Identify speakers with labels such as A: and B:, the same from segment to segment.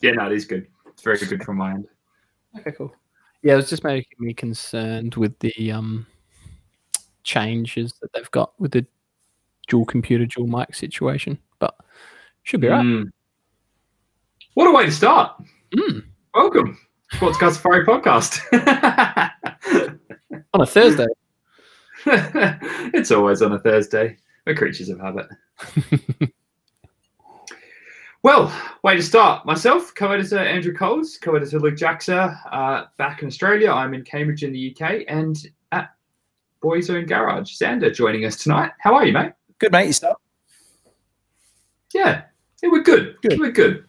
A: Yeah, no, it is good. It's very good from my end.
B: Okay, cool. Yeah, it was just making me concerned with the um changes that they've got with the dual computer, dual mic situation, but should be right.
A: Mm. What a way to start.
B: Mm.
A: Welcome. Sports Cast Safari Podcast.
B: On a Thursday.
A: it's always on a Thursday. We're creatures of habit. Well, way to start. Myself, co editor Andrew Coles, co editor Luke Jaxa, uh, back in Australia. I'm in Cambridge in the UK and at Boys Own Garage. Xander joining us tonight. How are you, mate?
C: Good mate, yourself.
A: Yeah, yeah we're good.
C: Good.
A: We're good.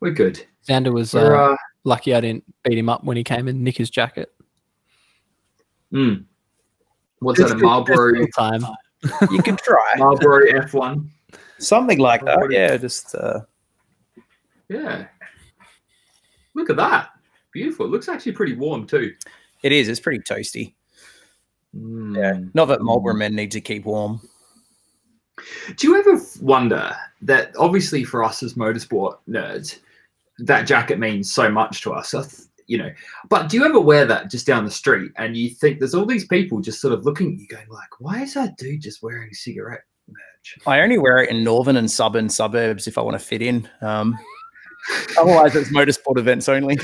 A: We're good.
B: Xander was
A: We're,
B: uh,
A: uh,
B: lucky I didn't beat him up when he came and nick his jacket.
A: mm. what's that, a
C: It's- it's-
A: Marlboro,
B: All time.
C: You can try
A: Marlboro F1?
C: something like that. Yeah, just uh,
A: Yeah. Look at that. Beautiful. It looks actually pretty warm, too.
C: it is. It's pretty toasty.
A: Mm.
C: Not that Marlboro men need to keep warm.
A: Do you ever wonder that obviously for us as motorsport nerds, that jacket means so much to us? I th- You know, but do you ever wear that just down the street and you think there's all these people just sort of looking at you, going like, "Why is that dude just wearing cigarette merch?"
C: I only wear it in northern and southern suburbs if I want to fit in. Um, otherwise, it's motorsport events only.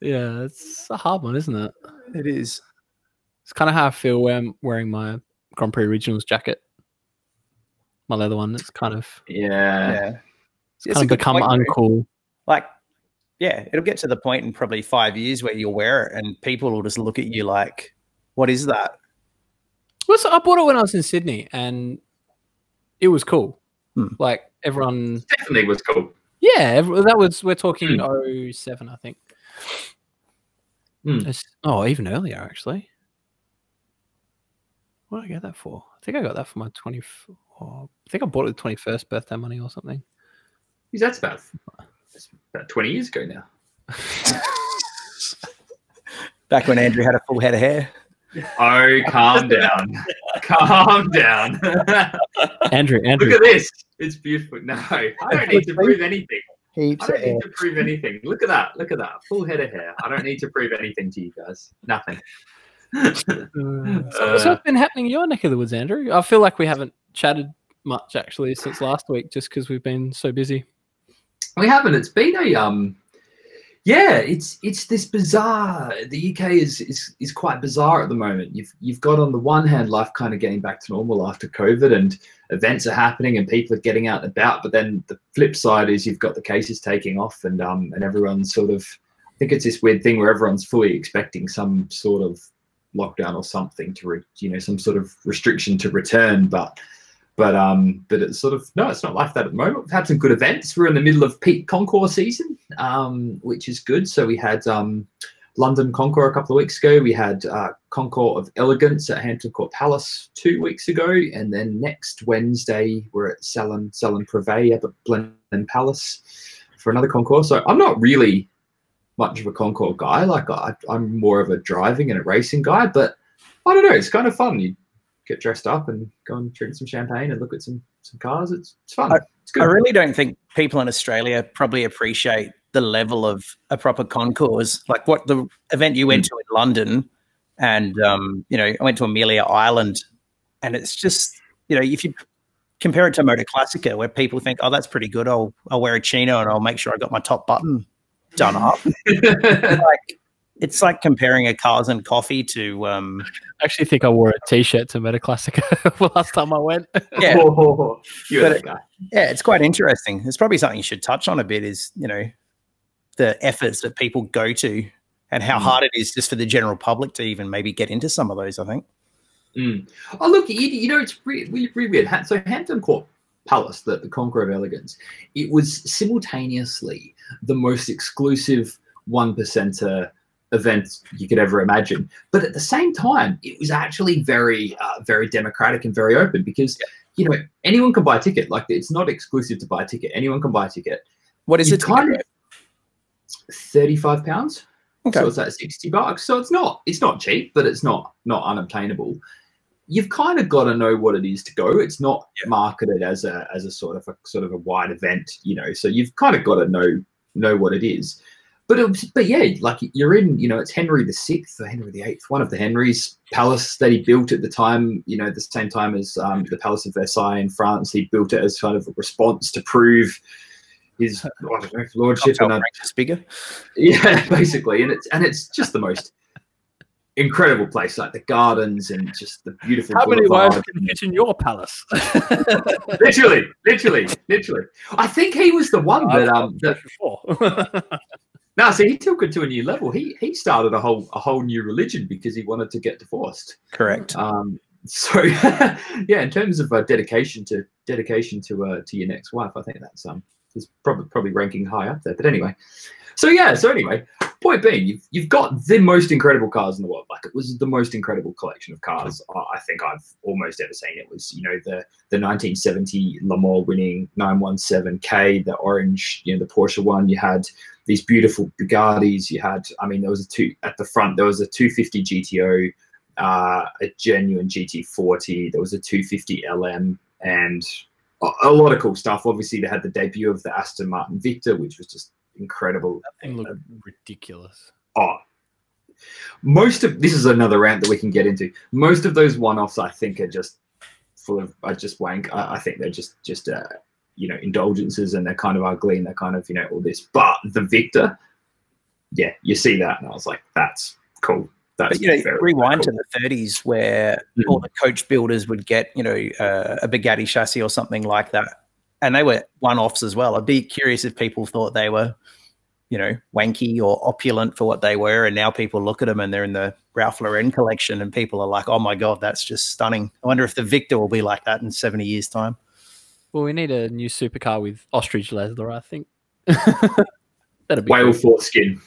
B: Yeah, it's a hard one, isn't it?
C: It is.
B: It's kind of how I feel where I'm wearing my Grand Prix Originals jacket. My leather one that's kind of,
A: yeah.
C: Yeah,
B: it's kind of
C: good
B: become
C: point, though.
B: uncool.
C: Like, yeah, it'll get to the point in probably five years where you'll wear it and people will just look at you like, "What is that?"
B: Well, so I bought it when I was in Sydney and it was cool.
C: Hmm.
B: Like everyone
A: definitely was cool.
B: Yeah, ev- that was we're talking oh seven, I think.
A: Hmm.
B: It's- oh, even earlier actually. What did I get that for? I think I got that for my twenty. Oh, I think I bought it the twenty first birthday money or something.
A: Geez, That's about that's about twenty years ago now.
C: Back when Andrew had a full head of hair.
A: Oh, calm down, calm down.
B: Andrew,
A: Look
B: Andrew,
A: at this. It's beautiful. No, I don't need to prove anything. I don't need to prove anything. Look at that. Look at that. Full head of hair. I don't need to prove anything to you guys. Nothing.
B: Uh, so, so
A: Uh,
B: what's been happening in your neck of the woods, Andrew? I feel like we haven't chatted much actually since last week, just because we've been so busy.
A: we haven't. It's been a um yeah, it's it's this bizarre the UK is is is quite bizarre at the moment. You've you've got on the one hand life kind of getting back to normal after COVID and events are happening and people are getting out and about, but then the flip side is you've got the cases taking off and um and everyone's sort of I think it's this weird thing where everyone's fully expecting some sort of lockdown or something to re, you know some sort of restriction to return, but but um, but it's sort of no, it's not like that at the moment. We've had some good events. We're in the middle of peak concourse season, um, which is good. So we had um, London Concours a couple of weeks ago. We had uh, Concours of Elegance at Hampton Court Palace two weeks ago, and then next Wednesday we're at Salon Salon Privé up at Blenheim Palace for another concourse. So I'm not really much of a concours guy. Like I, I'm more of a driving and a racing guy, but I don't know. It's kind of fun. You get dressed up and go and drink some champagne and look at some some cars. It's, it's fun. it's good.
C: I really don't think people in Australia probably appreciate the level of a proper concourse, like what the event you went to in London, and um, you know, I went to Amelia Island, and it's just you know, if you compare it to Motor Classica, where people think, oh, that's pretty good, I'll I'll wear a chino and I'll make sure I got my top button done up. like it's like comparing a cars and coffee to um,
B: I actually think I wore a t-shirt to Meta Classica last time I went.
C: yeah,
A: Oh, you're
C: But
A: that
C: it-
A: guy.
C: Yeah, it's quite interesting. It's probably something you should touch on a bit is, you know, the efforts that people go to and how
A: Mm.
C: hard it is just for the general public to even maybe get into some of those, I think.
A: Mm. Oh, look, you, you know, it's really, really, really weird. Ha- So Hampton Court Palace, the, the Conqueror of Elegance, it was simultaneously the most exclusive one percenter event you could ever imagine. But at the same time, it was actually very, uh, very democratic and very open because, you know, anyone can buy a ticket. Like, it's not exclusive to buy a ticket. Anyone can buy a ticket.
C: What is
A: You
C: it?
A: kind of- 35 pounds.
C: Okay.
A: So it's like sixty bucks. So it's not it's not cheap, but it's not not unobtainable. you've kind of got to know what it is to go. It's not marketed as a as a sort of a sort of a wide event, you know. So you've kind of got to know know what it is. But it was, but yeah, like you're in, you know, it's Henry the Sixth or Henry the Eighth, one of the Henrys' palace that he built at the time, you know, the same time as um, the Palace of Versailles in France. He built it as kind of a response to prove his I don't know, lordship and
C: Cocktail
A: a-
C: breakfast bigger.
A: yeah, basically, and it's and it's just the most incredible place, like the gardens and just the beautiful.
B: How many
A: boulevard
B: wives can
A: and-
B: fit in your palace?
A: literally, literally, literally. I think he was the one that um that now see he took it to a new level. He he started a whole a whole new religion because he wanted to get divorced.
C: Correct.
A: Um, so yeah, in terms of uh, dedication to dedication to uh, to your next wife, I think that's um is probably probably ranking high up there. But anyway, so yeah, so anyway, point being, you've you've got the most incredible cars in the world. Like it was the most incredible collection of cars I I think I've almost ever seen. It was you know the the 1970 Le Mans winning 917K, the orange, you know the Porsche one. You had these beautiful Bugattis. You had, I mean, there was a two at the front. There was a 250 GTO uh, a genuine GT40. There was a 250 LM and a, a lot of cool stuff. Obviously, they had the debut of the Aston Martin Victor, which was just incredible.
B: Thing looked ridiculous.
A: Oh, most of this is another rant that we can get into. Most of those one-offs, I think, are just full of I just wank. I, I think they're just just uh, you know indulgences, and they're kind of ugly, and they're kind of you know all this. But the Victor, yeah, you see that, and I was like, that's cool. That's
C: But you know,
A: very
C: rewind
A: cool. Mm.
C: to the 30s where all the coach builders would get, you know, uh, a Bugatti chassis or something like that, and they were one-offs as well. I'd be curious if people thought they were, you know, wanky or opulent for what they were, and now people look at them and they're in the Ralph Lauren collection, and people are like, "Oh my god, that's just stunning." I wonder if the Victor will be like that in 70 years' time.
B: Well, we need a new supercar with ostrich leather, I think. That'd be
A: whale
B: cool.
A: foreskin.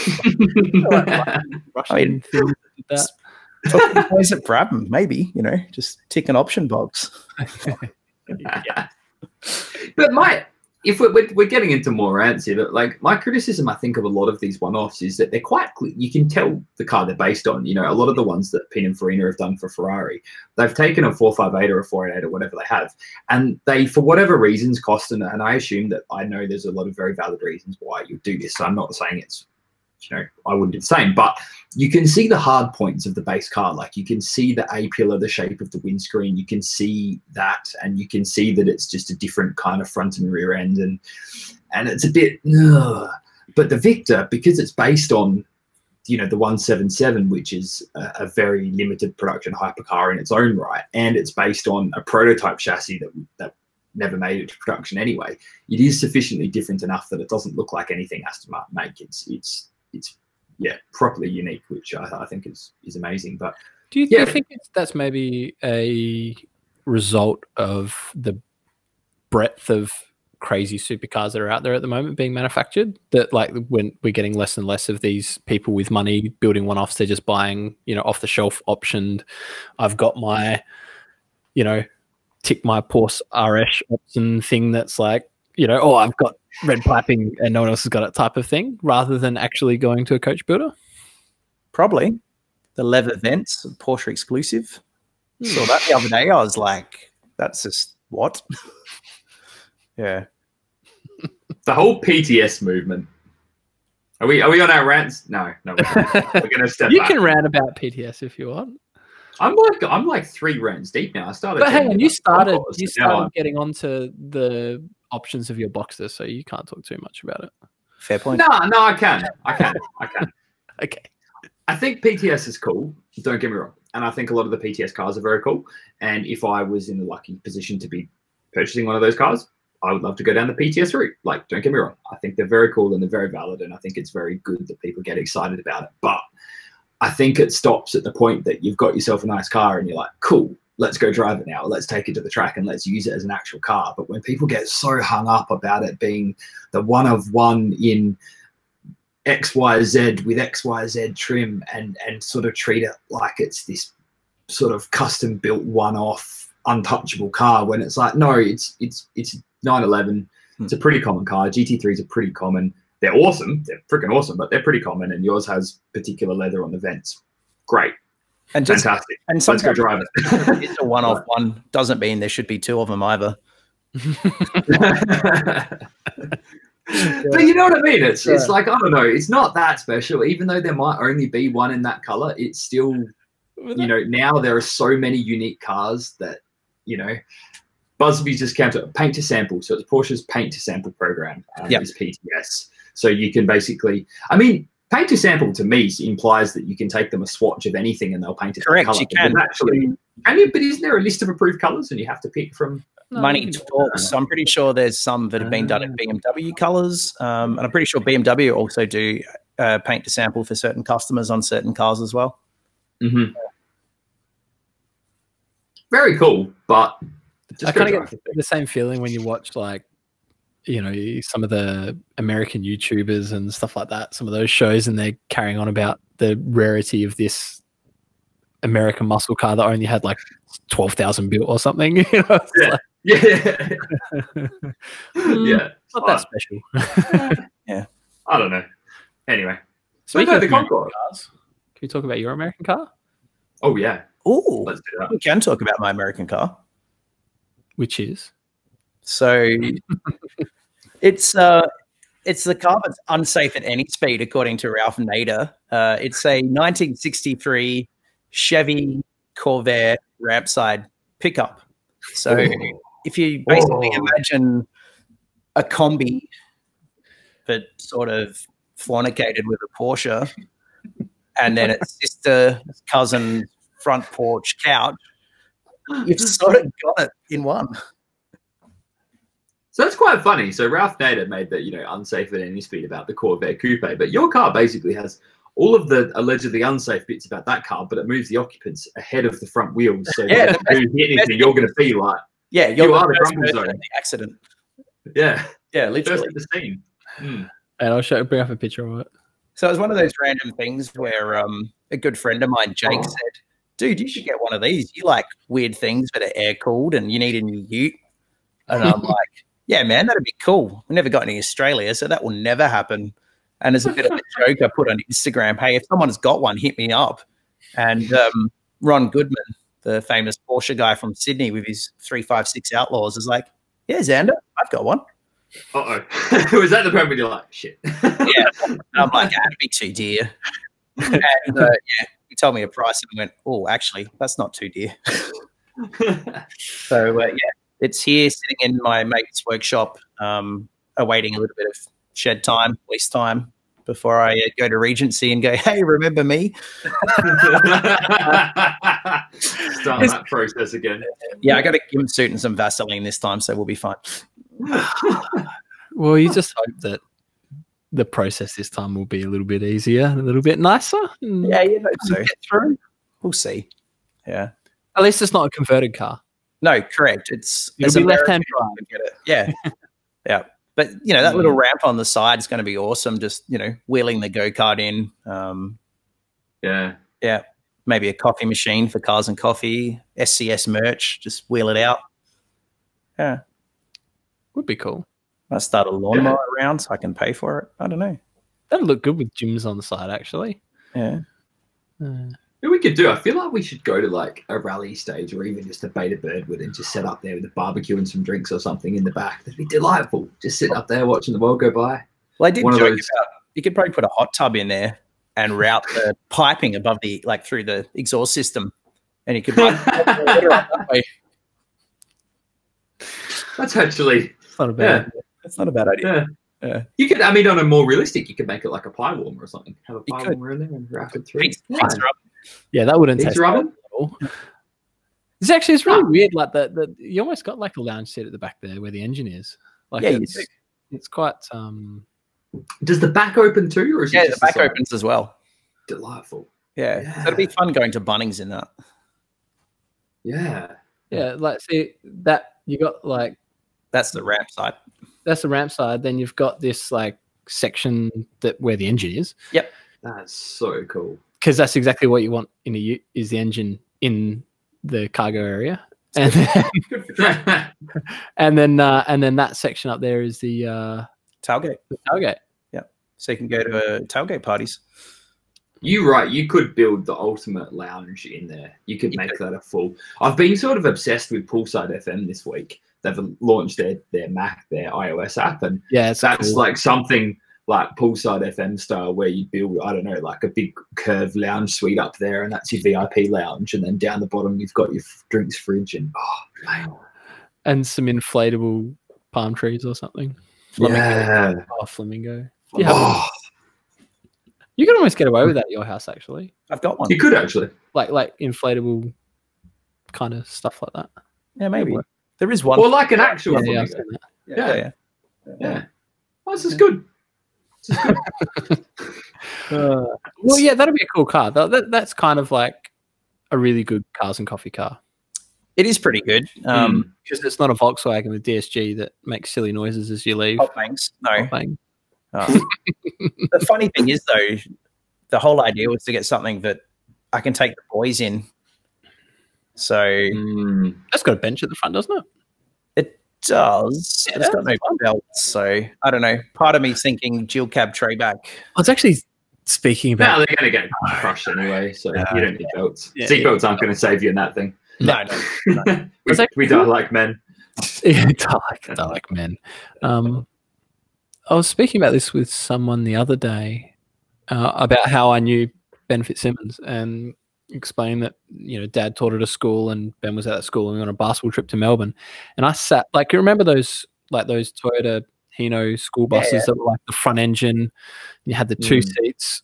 B: Russian
C: I mean,
B: thing that did that.
C: Talking to boys at Brabham, maybe you know, just tick an option box.
A: But my, if we're, we're, we're getting into more rants here, but like my criticism, I think of a lot of these one-offs is that they're quite. cle- You can tell the car they're based on. You know, a lot of the ones that Pininfarina have done for Ferrari, they've taken a four five eight or a four eight eight or whatever they have, and they for whatever reasons cost. And, and I assume that I know there's a lot of very valid reasons why you do this. So I'm not saying it's. You know, I wouldn't do the same, but you can see the hard points of the base car. Like you can see the A pillar, the shape of the windscreen. You can see that, and you can see that it's just a different kind of front and rear end, and and it's a bit. ugh. But the Victor, because it's based on, you know, the 177, which is a, a very limited production hypercar in its own right, and it's based on a prototype chassis that that never made it to production anyway. It is sufficiently different enough that it doesn't look like anything Aston Martin make. It's it's it's yeah, properly unique, which I, I think is is amazing. But
B: Do you,
A: Yeah.
B: do you think it's, that's maybe a result of the breadth of crazy supercars that are out there at the moment being manufactured? That like when we're getting less and less of these people with money building one-offs, they're just buying you know off the shelf optioned. I've got my, you know, tick my Porsche RS option thing that's like you know oh I've got red piping and no one else has got it type of thing, rather than actually going to a coach builder.
C: Probably. The Lev events, Porsche exclusive. Saw that the other day. I was like, that's just what? yeah.
A: the whole PTS movement. Are we are we on our rants? No, no, we're, not. We're gonna step
B: You
A: back.
B: can rant about PTS if you want.
A: I'm like I'm like three rants deep now. I started.
B: But hang
A: getting
B: on, you
A: about
B: started
A: four hours,
B: you
A: and now
B: started
A: I'm-
B: getting onto the options of your boxer, so you can't talk too much about it.
C: Fair point.
A: No, no, I can, I can, I can.
B: Okay.
A: I think PTS is cool. Don't get me wrong, and I think a lot of the PTS cars are very cool. And if I was in the lucky position to be purchasing one of those cars, I would love to go down the PTS route. Like, don't get me wrong, I think they're very cool and they're very valid, and I think it's very good that people get excited about it. But I think it stops at the point that you've got yourself a nice car and you're like, cool, let's go drive it now. Let's take it to the track and let's use it as an actual car. But when people get so hung up about it being the one of one in XYZ with XYZ trim and and sort of treat it like it's this sort of custom built one off untouchable car when it's like no it's it's it's 911
C: Hmm.
A: it's a pretty common car GT3s are pretty common they're awesome they're freaking awesome but they're pretty common and yours has particular leather on the vents great
C: And just
A: Fantastic.
C: and
A: Let's go
C: sometimes
A: drive
C: it's a one-off one. Doesn't mean there should be two of them either.
A: it. but you know what I mean? It's it's
C: Yeah.
A: like I don't know. It's not that special, even though there might only be one in that color. It's still you know now there are so many unique cars that you know busby just came to paint to sample so it's porsche's paint to sample program uh,
C: Yep.
A: is pts so you can basically i mean paint to sample to me implies that you can take them a swatch of anything and they'll paint it
C: Correct,
A: that color.
C: you can.
A: actually can you, but isn't there a list of approved colors and you have to pick from
C: Money talks. I'm pretty sure there's some that have been done in BMW colors, um, and I'm pretty sure BMW also do uh, paint to sample for certain customers on certain cars as well.
B: Mm-hmm.
A: Mhm. very cool but just
B: I
A: go
B: kind of
A: drive
B: get
A: the thing.
B: the same feeling when you watch like, you know, some of the American YouTubers and stuff like that. Some of those shows, and they're carrying on about the rarity of this American muscle car that only had like twelve thousand built or something. You know, it's like,
A: yeah yeah
B: it's not that special.
A: i don't know anyway
B: Speaking
A: no,
B: of
A: the
B: American
A: Concorde.
B: cars, can we talk about your American car,
A: oh yeah
C: Ooh,
A: let's do that
C: we can talk about my American car.
B: which is
C: So it's uh, it's the car that's unsafe at any speed, according to Ralph Nader. Uh, it's a 1963 Chevy Corvair rampside pickup. So
A: Ooh.
C: if you basically
A: Whoa.
C: imagine a combi, but sort of fornicated with a Porsche, and then its sister, cousin, front porch couch, you've sort of got it in one.
A: So that's quite funny. So Ralph Nader made that, you know, unsafe at any speed about the Corvette Coupe, but your car basically has all of the allegedly unsafe bits about that car, but it moves the occupants ahead of the front wheels. So
C: Yeah,
A: that if you hit anything, you're going to be like,
C: Yeah, you're
A: You
C: the
A: are the
C: first
A: crumble
C: person
A: zone.
C: in the accident.
A: yeah,
C: Yeah,
A: first
C: literally.
A: at the scene. Hmm.
B: and I'll show bring up a picture of it.
C: So it was one of those random things where um, a good friend of mine,
A: Oh.
C: Jake, said, "Dude, you should get one of these. You like weird things that are air cooled, and you need a new Ute." And I'm like, "Yeah, man, that'd be cool. We never got any Australia, so that will never happen." And as a bit of a joke, I put on Instagram, "Hey, if someone's got one, hit me up." And um, Ron Goodman, the famous Porsche guy from Sydney with his three five six Outlaws, is like, "Yeah, Xander, I've got one."
A: Uh-oh. Was that the moment you're like, shit?
C: And I'm like, that'd be too dear. and uh, yeah, he told me a price and I went, oh, actually, that's not too dear. So uh, yeah, it's here sitting in my mate's workshop, um, awaiting a little bit of shed time, waste time before I uh, go to Regency and go, hey, remember me?
A: Start
C: It's-
A: that process again.
C: Yeah, I got a gimsuit and some Vaseline this time, so we'll be fine.
B: Well, you just hope that the process this time will be a little bit easier, and a little bit nicer. and
C: Yeah, you know, so
B: get through.
C: we'll see. Yeah.
B: At least it's not a converted car.
C: No, correct. It's
B: It'll
C: as
B: be
C: American
B: left-hand
C: as you can get it. Yeah. yeah. But you know, that little ramp on the side is going to be awesome. Just, you know, wheeling the go-kart in. Um,
A: Yeah.
C: maybe a coffee machine for cars and coffee, SCS merch, just wheel it out.
B: Would be cool.
C: I start a lawnmower around so I can pay for it. I don't know.
B: That'd look good with gyms on the side, actually.
C: Yeah.
B: Uh,
A: Yeah, we could do. I feel like we should go to like a rally stage or even just a beta birdwood and just set up there with a barbecue and some drinks or something in the back. That'd be delightful. Just sit up there watching the world go by.
C: Well, I did
A: One
C: joke
A: of
C: about
A: those-
C: you could probably put a hot tub in there and route the piping above the like through the exhaust system. And you could run water up that way.
A: That's actually
B: it's not a bad.
A: yeah,
B: idea.
C: That's not a bad idea.
A: yeah.
C: Yeah.
A: You could, I mean, on a more realistic, you could make it like a pie warmer or something. Have a
C: You
A: pie
C: could.
A: warmer in there and wrap it through.
C: Pizza, pizza up.
B: Yeah, that wouldn't
A: Pizza
B: taste
A: oven?
B: bad at all. It's actually it's really weird. Like that, that you almost got like a lounge seat at the back there where the engine is. Like
C: Yeah, you
B: it's, it's quite um
A: Does the back open too, or is
C: Yeah,
A: it
C: the
A: just
C: back
A: side?
C: opens as well.
A: Delightful.
C: Yeah.
A: Yeah.
C: So it'd be fun going to Bunnings in that.
A: Yeah.
B: yeah, like see that you got like
C: That's the ramp side.
B: that's the ramp side, then you've got this like section that where the engine is.
A: That's so cool.
B: because that's exactly what you want in a Ute is the engine in the cargo area, and then, and then uh, and then that section up there is the uh,
C: Tailgate.
B: the tailgate.
C: So you can go to uh, tailgate parties.
A: you right. You could build the ultimate lounge in there. You could
C: You
A: make that a full. I've been sort of obsessed with Poolside FM this week. They've launched their their Mac, their iOS app, and
B: Yeah, it's
A: that's
B: cool.
A: like something like Poolside FM style, where you build I don't know, like a big curved lounge suite up there, and that's your VIP lounge, and then down the bottom you've got your f- drinks fridge, and oh man,
B: and some inflatable palm trees or something.
A: yeah,
B: Oh, flamingo. Yeah.
A: Oh,
B: You can almost get away with that at your house actually.
C: I've got one.
A: you could actually.
B: Like like inflatable kind of stuff like that.
C: Yeah, maybe. There is one.
A: Or like an actual flamingo.
B: Yeah, yeah, I've seen that.
A: yeah.
C: yeah.
A: Yeah. Oh, this is good. This is good.
B: Uh, well, yeah, that'd be a cool car. That, that, that's kind of like a really good cars and coffee car
C: It is pretty good.
A: Hmm.
C: Um,
B: because it's not a Volkswagen with DSG that makes silly noises as you leave.
C: Hot Banks, no.
B: Thing.
C: Uh, the funny thing is, though, the whole idea was to get something that I can take the boys in. So
A: Mm.
B: That's got a bench at the front, doesn't it?
C: does. It's got no belt, so I don't know. Part of me's thinking dual cab tray back.
B: I was actually speaking
A: Now they're going to get crushed anyway, so you don't need belts.
B: Yeah,
A: Seatbelts aren't going to save you in that thing.
C: No, no.
A: We,
B: Was that-
A: we don't like men.
B: Yeah, Dalek, Dalek men. Um, I was speaking about this with someone the other day uh, about how I knew Ben Fitzsimmons and explained that you know Dad taught at a school and Ben was at that school and we went on a basketball trip to Melbourne. And I sat like you remember those like those Toyota Hino school
C: Yeah,
B: buses that were like the front engine. You had the two
A: Mm.
B: seats.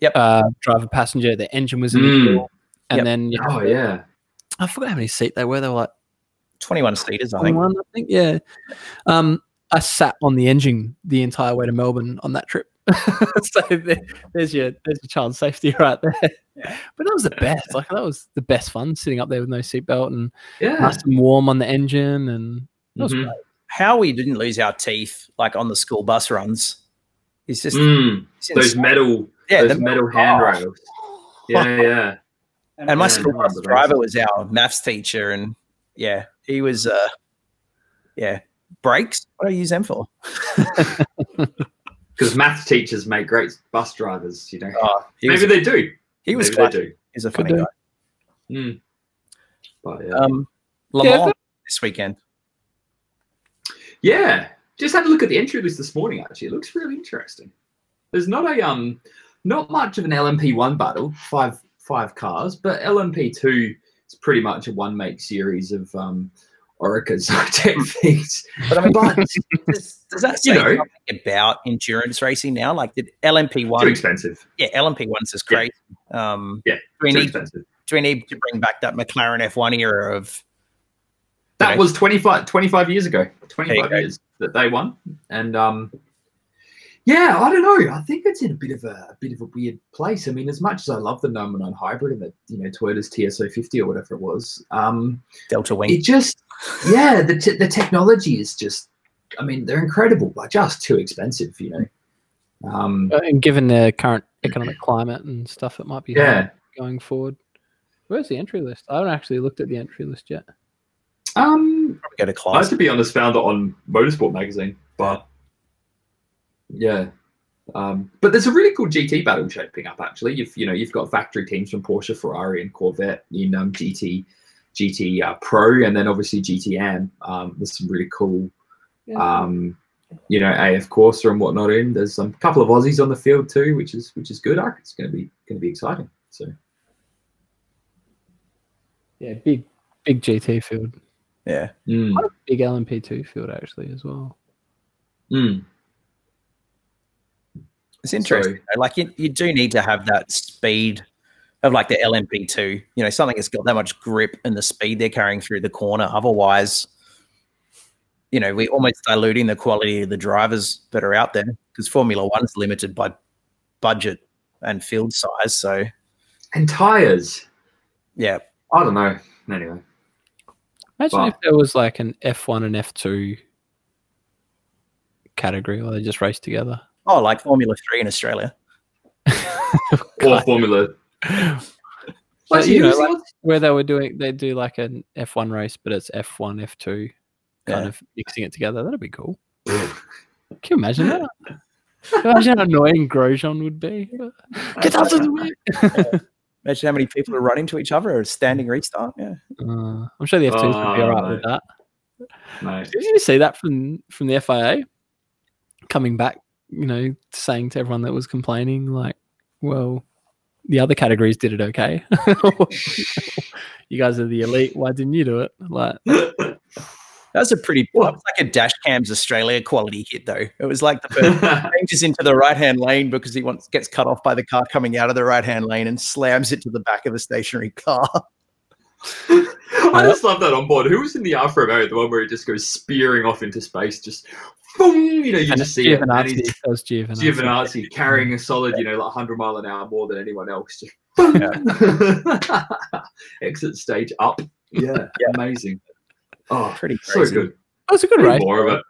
C: Yep.
B: Uh, driver passenger. The engine was in the
A: Mm.
B: middle, and
C: Yep.
B: then you had,
A: Oh, yeah.
B: I forgot how many seat they were. They were like
C: 21 seaters, I think.
B: 21, I think. Yeah. Um, I sat on the engine the entire way to Melbourne on that trip. so there, there's your there's your child safety right there.
C: Yeah.
B: But that was the best. Like that was the best fun sitting up there with no seatbelt and
A: Yeah.
B: nice and warm on the engine and that was
A: Mhm.
B: great.
C: How we didn't lose our teeth like on the school bus runs is just
A: Mm.
C: it's
A: Those
C: insane.
A: metal,
C: yeah,
A: those
C: the-
A: metal handrails. Yeah, yeah.
C: And my
A: Yeah,
C: school
A: they're
C: bus
A: the
C: driver was our maths teacher, and yeah, he was, uh, yeah, brakes. What do I use them for?
A: Because math teachers make great bus drivers, you know.
C: Oh, he
A: Maybe
C: was,
A: they do.
C: he was,
A: Maybe
C: classy.
A: they do.
C: He was a
B: Could
C: funny guy.
B: do.
A: Mm. But, yeah.
C: Um, Le
B: Yeah,
C: Mans this weekend.
A: Yeah, just had a look at the entry list this morning. Actually, it looks really interesting. There's not a um, not much of an LMP one battle, five five cars, but LMP two is pretty much a one make series of um, Orica's tech feats.
C: But I mean,
A: But
C: does, does that say
A: You know.
C: something about endurance racing now? Like, did
A: too
C: LMP1?
A: expensive.
C: Yeah, LMP1's is crazy. Um,
A: Yeah,
C: do we
A: Too
C: need
A: expensive.
C: do we need to bring back that McLaren F1 era of?
A: That
C: Okay.
A: was 25, 25 years ago. Twenty five
C: go.
A: years that they won, and um, yeah, I don't know. I think it's in a bit of a, a bit of a weird place. I mean, as much as I love the Nomenon hybrid and the you know Toyota's TSO fifty or whatever it was, um,
C: Delta Wing.
A: it just yeah the, t- the technology is just i mean they're incredible but just too expensive you know um
B: Uh, And given the current economic climate and stuff, it might be
A: yeah
B: hard going forward. Where's the entry list? I haven't actually looked at the entry list yet.
A: um
C: Probably go to
A: i
C: class.
A: to be honest found it on motorsport magazine but yeah um but there's a really cool gt battle shaping up actually you've you know you've got factory teams from porsche ferrari and corvette in um gt gt uh, pro and then obviously gtm um there's some really cool
B: Yeah.
A: um, you know, AF Corsa and whatnot in. There's some couple of Aussies on the field too, which is which is good. I- It's going to be going to be exciting. So
B: yeah, big big GT field.
C: Yeah,
A: mm,
B: Quite a big LMP2 field actually as well. hmm.
A: mm,
C: it's interesting. though. Like you, you do need to have that speed of like the LMP2. You know, something that's got that much grip and the speed they're carrying through the corner. Otherwise, you know, we're almost diluting the quality of the drivers that are out there because Formula One's limited by budget and field size. So
A: and tires.
C: yeah,
A: I don't know. Anyway,
B: Imagine
A: Wow.
B: if there was like an F1 and F2 category where they just race together.
C: oh, like Formula Three in Australia.
A: or
B: God.
A: Formula.
B: Well,
A: Actually,
B: you know,
A: who's the
B: like-
A: other-
B: Where they were doing, they do like an F1 race, but it's F1, F2, kind
C: Yeah.
B: of mixing it together. That'd be cool. Can you imagine that? Imagine how annoying Grosjean would be. Get out of the way.
C: Imagine how many people are running to each other or standing restart. Yeah.
B: Uh, I'm sure the F2's gonna be all right with that.
A: No.
B: Did you see that from from the FIA coming back? You know, saying to everyone that was complaining, like, "Well, the other categories did it okay. you guys are the elite. Why didn't you do it?" Like,
C: That was a pretty, that was like a dash cams Australia quality hit, though. It was like the first changes into the right hand lane because he wants gets cut off by the car coming out of the right hand lane and slams it to the back of a stationary car.
A: I just love that on board. Who was in the Alfa Romeo, the one where he just goes spearing off into space, just boom, you know, you
B: and
A: just see it. And
B: Giovinazzi,
A: he's
B: that was Giovinazzi.
A: Giovinazzi carrying a solid, you know, like 100 mile an hour more than anyone else. Just Exit stage up. Yeah, amazing. Oh,
C: Pretty
A: so
C: crazy.
A: good.
B: That was a good
A: Need
B: race.
A: More of it.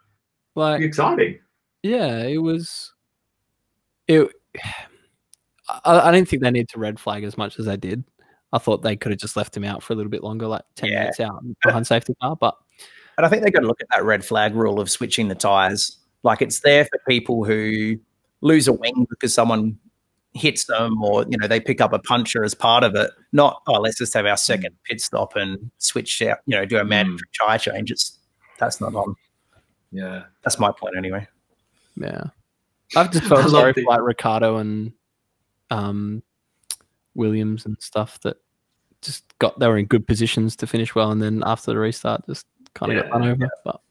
B: Like,
A: Exciting.
B: yeah, it was. It. I, I didn't think they need to red flag as much as they did. I thought they could have just left him out for a little bit longer, like ten
C: Yeah.
B: minutes out behind safety car. But
C: And I think they got to look at that red flag rule of switching the tires. Like it's there for people who lose a wing because someone hits them or, you know, they pick up a puncture as part of it. Not, oh, let's just have our
A: Hmm.
C: second pit stop and switch out, you know, do a mandatory
A: Hmm.
C: tire change. It's, that's not on.
A: Yeah.
C: That's my point anyway.
B: yeah, I've just
A: I
B: felt
A: love
B: sorry for
A: the-
B: like Ricardo and um, Williams and stuff that just got they were in good positions to finish well, and then after the restart, just kind of
A: Yeah.
B: got run over. But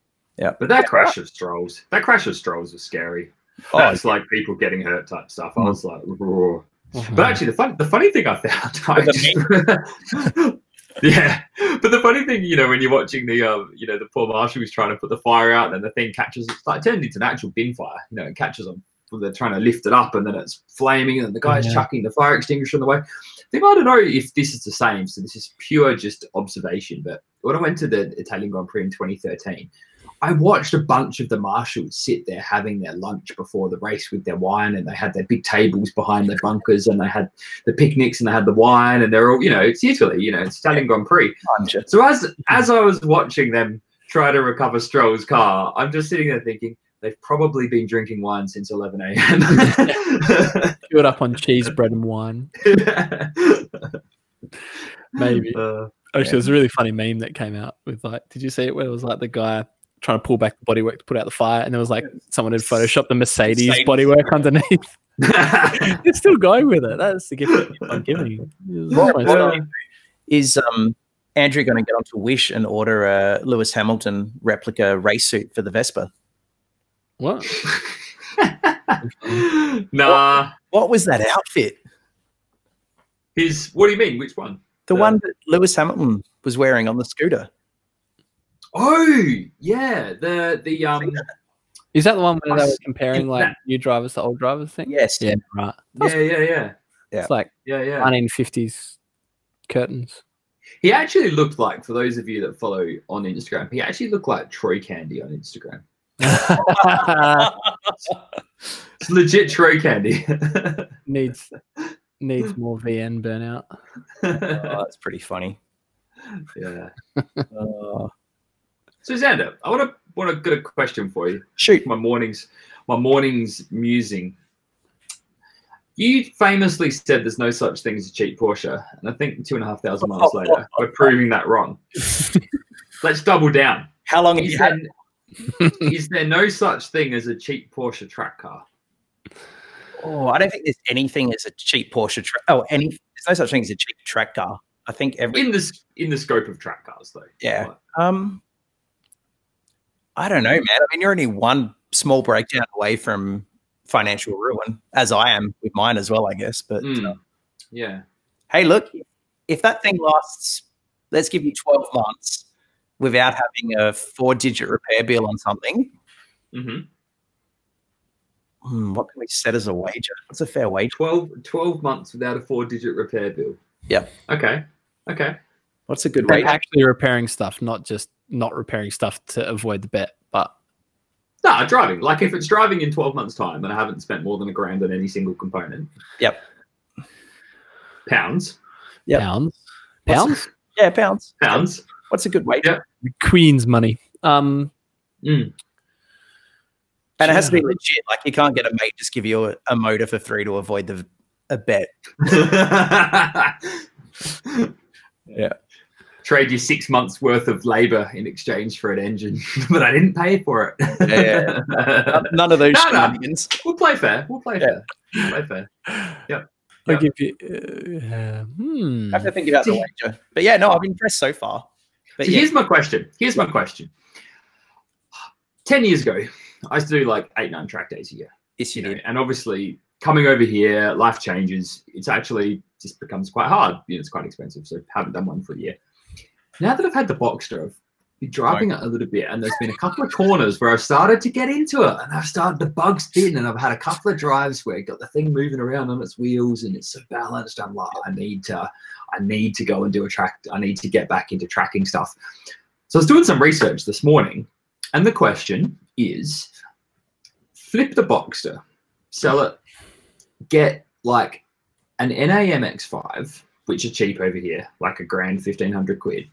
A: But that crash of strolls, that crash of strolls was scary.
C: Oh,
A: That's like people getting hurt type stuff. I was like, "Roar."
B: Mm-hmm.
A: But actually, the fun, the funny thing I found, I just- yeah. But the funny thing, you know, when you're watching the, um, you know, the poor marshal who's trying to put the fire out, and then the thing catches, it's like turned into an actual bin fire. You know, it catches on. They're trying to lift it up, and then it's flaming, and the guy's
B: Yeah.
A: chucking the fire extinguisher on the way. I think I don't know if this is the same. So this is pure just observation. But when I went to the Italian Grand Prix in 2013. I watched a bunch of the marshals sit there having their lunch before the race with their wine, and they had their big tables behind their bunkers, and they had the picnics, and they had the wine, and they're all, you know, it's Italy, you know, it's Italian Grand Prix.
C: puncture.
A: So as as I was watching them try to recover Stroll's car, I'm just sitting there thinking they've probably been drinking wine since 11 a.m.
B: it up on cheese, bread, and wine. Maybe.
A: Uh,
B: Actually, it was a really funny meme that came out with like, did you see it? Where it was like the guy trying to pull back the bodywork to put out the fire, and there was like someone had photoshopped the Mercedes,
C: Mercedes.
B: bodywork underneath. They're still going with it. That's the gift that I'm giving. you. It was
C: Well,
B: almost-
C: well, Is um, Andrew going to get onto Wish and order a Lewis Hamilton replica race suit for the Vespa?
B: what?
A: nah,
C: What was that outfit?
A: his. What do you mean? Which one?
C: The
A: Yeah.
C: one that Lewis Hamilton was wearing on the scooter.
A: Oh, yeah, the the um.
B: Is that the one where they were
A: Us.
B: comparing like new drivers to old drivers thing?
C: Yes.
B: Yeah, right.
A: Yeah, yeah, yeah,
C: Yeah.
B: It's like
A: yeah, yeah.
B: 1950s curtains.
A: He actually looked like, for those of you that follow on Instagram, he actually looked like Troy Candy on Instagram. It's legit Troy Candy.
B: needs needs more VN burnout.
A: yeah.
C: Oh, that's pretty funny. Uh,
A: So Xander, I want to want to get a question for you.
C: shoot.
A: My mornings, my mornings musing. You famously said there's no such thing as a cheap Porsche, and I think two and a half thousand miles later, we're proving that wrong. Let's double down.
C: How long have
A: Is
C: you had?
A: there, is there no such thing as a cheap Porsche track car?
C: Oh, I don't think there's anything as a cheap Porsche. Tra- oh, any. There's no such thing as a cheap track car. I think every.
A: in the s- in the scope of track cars though.
C: Yeah. Um, I don't know, man. I mean, you're only one small breakdown away from financial ruin, as I am with mine as well, I guess. But
A: Mm.
C: uh,
A: Yeah.
C: hey, look, if that thing lasts, let's give you 12 months without having a four digit repair bill on something.
A: hmm
C: Hmm, what can we set as a wager? What's a fair wager?
A: 12, 12 months without a four digit repair bill.
C: Yep.
A: Okay. Okay.
C: What's a good
B: They're
C: wager?
B: actually repairing stuff, not just not repairing stuff to avoid the bet. But
A: No, driving. Like if it's driving in 12 months' time and I haven't spent more than a grand on any single component.
C: Yep.
A: Pounds.
C: Yep.
B: pounds,
C: What's-
B: pounds,
C: Yeah, pounds.
A: Pounds.
C: What's a good wager?
A: Yep.
B: the Queen's money. Um,
A: Mm.
C: And it has to be legit. Like you can't get a mate just give you a, a motor for free to avoid the a bet.
B: Yeah.
A: Trade you six months worth of labor in exchange for an engine, but I didn't pay for it.
C: Yeah, None- None of those
A: No, no.
C: shenanigans.
A: we'll play fair. We'll play
C: Yeah.
A: fair. We'll play fair.
B: I'll give you. Uh, hmm.
C: I have to think about the wager. But yeah, no, I've impressed so far. But
A: so
C: yeah,
A: here's my question. Here's my question. Ten years ago, I used to do like eight, nine track days a year.
C: yes, you
A: you know,
C: did.
A: and obviously coming over here, life changes. It's actually just becomes quite hard. You know, it's quite expensive, so haven't done one for a year. Now that I've had the Boxster, I've been driving it a little bit, and there's been a couple of corners where I've started to get into it, and I've started the bug's been, and I've had a couple of drives where I got the thing moving around on its wheels, and it's so balanced. I'm like, I need to, I need to go and do a track. I need to get back into tracking stuff. So I was doing some research this morning, and the question is, flip the Boxster sell it, get like an NAMX5, which are cheap over here, like a grand, 1500 quid,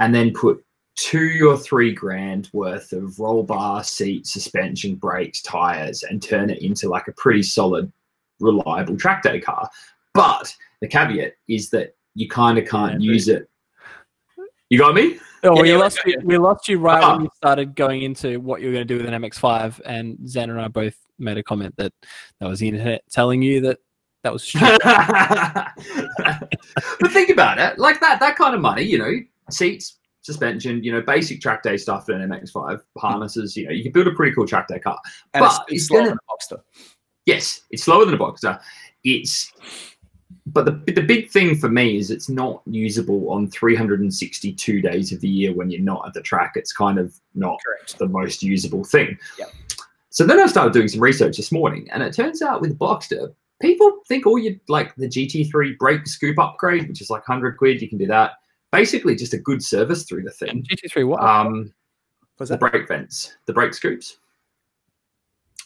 A: and then put two or three grand worth of roll bar, seat, suspension, brakes, tires, and turn it into like a pretty solid, reliable track day car. But the caveat is that you kind of can't
B: Yeah,
A: use it. You got me?
B: Oh,
C: Yeah,
B: we
C: yeah,
B: lost
C: yeah. Uh-huh.
B: you. We lost you right
A: Ah.
B: when you started going into what you were going to do with an MX5, and Zen and I both made a comment that that was the internet telling you that that was stupid.
A: but think about it, like that that kind of money, you know, seats, suspension, you know, basic track day stuff for an MX-5 harnesses. You know, you can build a pretty cool track day car.
C: And it's,
A: but
C: it's
A: it's
C: slower
A: gonna-
C: than a Boxster.
A: Yes, it's slower than a Boxer. It's but the the big thing for me is it's not usable on 362 days of the year when you're not at the track. It's kind of not
C: Correct.
A: the most usable thing.
C: Yep.
A: So then I started doing some research this morning, and it turns out with Boxster, people think all you like the GT3 brake scoop upgrade, which is like 100 quid, you can do that. Basically, just a good service through the thing.
B: GT3 what?
C: Uh,
A: Um,
C: Was
A: the
C: that?
A: brake vents, the brake scoops.